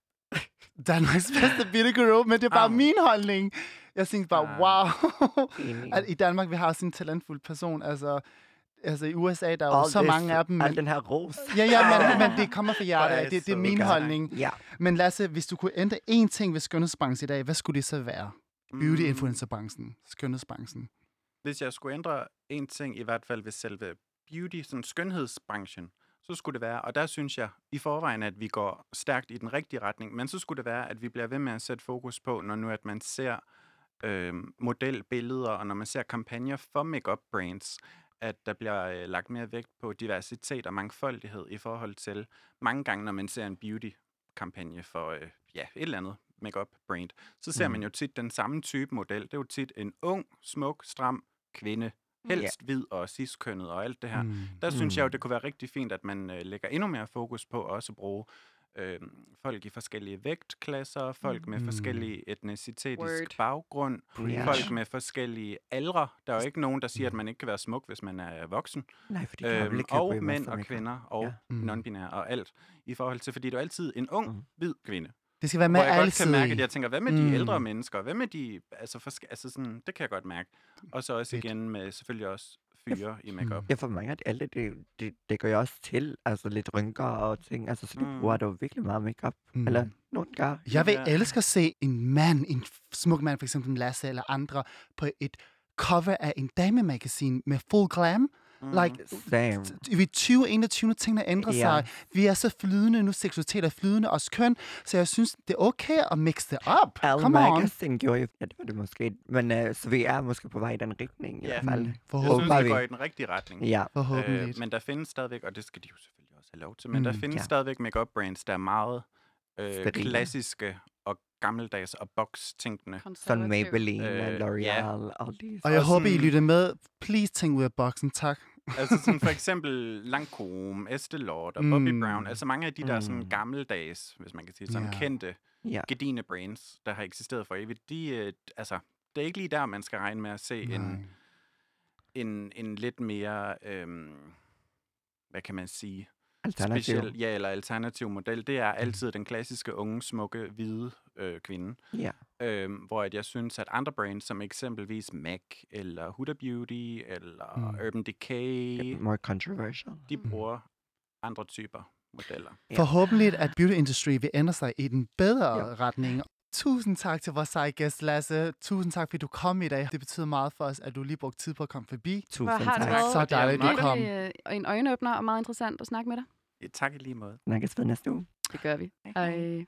Danmarks bedste beauty guru, men det er bare
Au.
min holdning. Jeg tænkte bare,
Ah.
wow,
Enig.
at i Danmark, vi har sådan en talentfuld person. Altså, altså i USA, der er jo
All
så
this-
mange af dem.
Al
Men,
den her ros.
ja,
<laughs>
ja, men, men det kommer fra hjertet.
Hvor er
af. Det,
det
det er
så
min
godt.
holdning.
Ja,
Men Lasse, hvis du kunne ændre én ting ved skønhedsbranchen i dag, hvad skulle det så være? Beauty-influencerbranchen, skønhedsbranchen.
Hvis jeg skulle ændre en ting, i hvert fald ved selve beauty, sådan skønhedsbranchen, så skulle det være, og der synes jeg i forvejen, at vi går stærkt i den rigtige retning, men så skulle det være, at vi bliver ved med at sætte fokus på, når nu at man ser øh, modelbilleder, og når man ser kampagner for makeup brands, at der bliver øh, lagt mere vægt på diversitet og mangfoldighed i forhold til mange gange, når man ser en beauty-kampagne for øh, ja, et eller andet makeup brand, så ser
Mm.
mm. man jo tit den samme type model. Det er jo tit en ung, smuk, stram kvinde,
Mm. Ja.
helst hvid og ciskønnet og alt det her.
Mm.
Der synes jeg jo,
Mm.
det kunne være rigtig fint, at man øh, lægger endnu mere fokus på også at bruge øh, folk i forskellige vægtklasser, folk med
Mm.
forskellige etnicitetiske
Word.
baggrund,
preach.
folk med forskellige aldre. Der er jo ikke nogen, der siger, at
Mm.
man ikke kan være smuk, hvis man er voksen.
Nej, for de kan øhm,
Øhm,
ikke
og mænd og kvinder og
Ja.
ja.
Mm.
non-binære og alt. I forhold til, fordi det er jo altid en ung,
Mm.
hvid kvinde.
Det skal være med
Hvor jeg godt
altid.
kan mærke, at jeg tænker, hvad med de
Mm.
ældre mennesker? Hvad med de, altså, forske, altså sådan, det kan jeg godt mærke. Og så også
Fedt.
igen med selvfølgelig også fyre i makeup.
Ja, for mange af de ældre, det, det, det gør jeg også til, altså lidt rynker og ting, altså så de
Mm.
bruger dog virkelig meget makeup,
Mm.
mm. eller nogen gør.
Jeg vil
Ja.
elske at se en mand, en f- smuk mand, for eksempel Lasse eller andre, på et cover af en damemagasin med full glam. Mm. Like,
Same.
t- vi er 2021, tingene ændrer
Ja.
sig. Vi er så flydende, nu seksualitet er flydende, også køn. Så jeg synes, det er okay at mixe det op.
Al
Come on.
Magazine gjorde jo, ja, det var det måske, men øh, så vi er måske på vej i den retning i
Ja.
hvert fald.
Mm,
Jeg synes,
Forhåbentlig.
Håber
det går
vi.
i den rigtige retning.
Ja,
Forhåbentlig.
Øh, men der findes stadigvæk, og det skal de jo selvfølgelig også have lov til, men mm, der
Mm,
findes
ja.
ja. stadigvæk makeup brands, der er meget øh,
Sterile.
klassiske og gammeldags og boks-tænkende.
sådan
Konservativ.
Maybelline,
Øh,
øh,
ja.
L'Oreal, all these.
og jeg
og
håber, I
sådan-
lytter med. Please tænk ud af boksen, tak.
altså sådan for eksempel Lancôme, Estée Lauder, mm. Bobby
Mm.
Brown, altså mange af de der sådan
Mm.
gammeldags, hvis man kan sige sådan,
Ja.
yeah. kendte,
Ja.
gedine brands, der har eksisteret for evigt, de, øh, altså, det er ikke lige der, man skal regne med at se en,
Nej.
en, en lidt mere, øhm, hvad kan man sige,
Alternativ.
speciel, ja, eller alternativ model, det er altid den klassiske unge, smukke, hvide øh, kvinde.
Ja.
Øhm, hvor at jeg synes, at andre brands, som eksempelvis MAC, eller Huda Beauty, eller
Mm.
mm. Urban Decay,
Get more controversial.
de
Mm.
bruger andre typer modeller.
Ja.
Forhåbentlig, at beauty industry vil ændre sig i den bedre
Ja.
retning. Tusind tak til vores seje gæst, Lasse. Tusind tak, fordi du kom i dag. Det betyder meget for os, at du lige brugte tid på at komme forbi.
Hvor
Tusind
har det
tak.
været
Så
det er
dejligt, du
meget-
kom.
virkelig, øh, en øjenåbner og meget interessant at snakke med dig.
Ja, tak i lige måde.
Snakkes ved næste uge.
Det gør vi. Ej.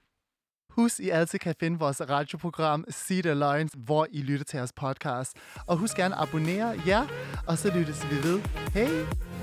Husk, I altid kan finde vores radioprogram Sig det Løgn, hvor I lytter til vores podcast. Og husk gerne at abonnere jer, og så lyttes vi ved. Hej!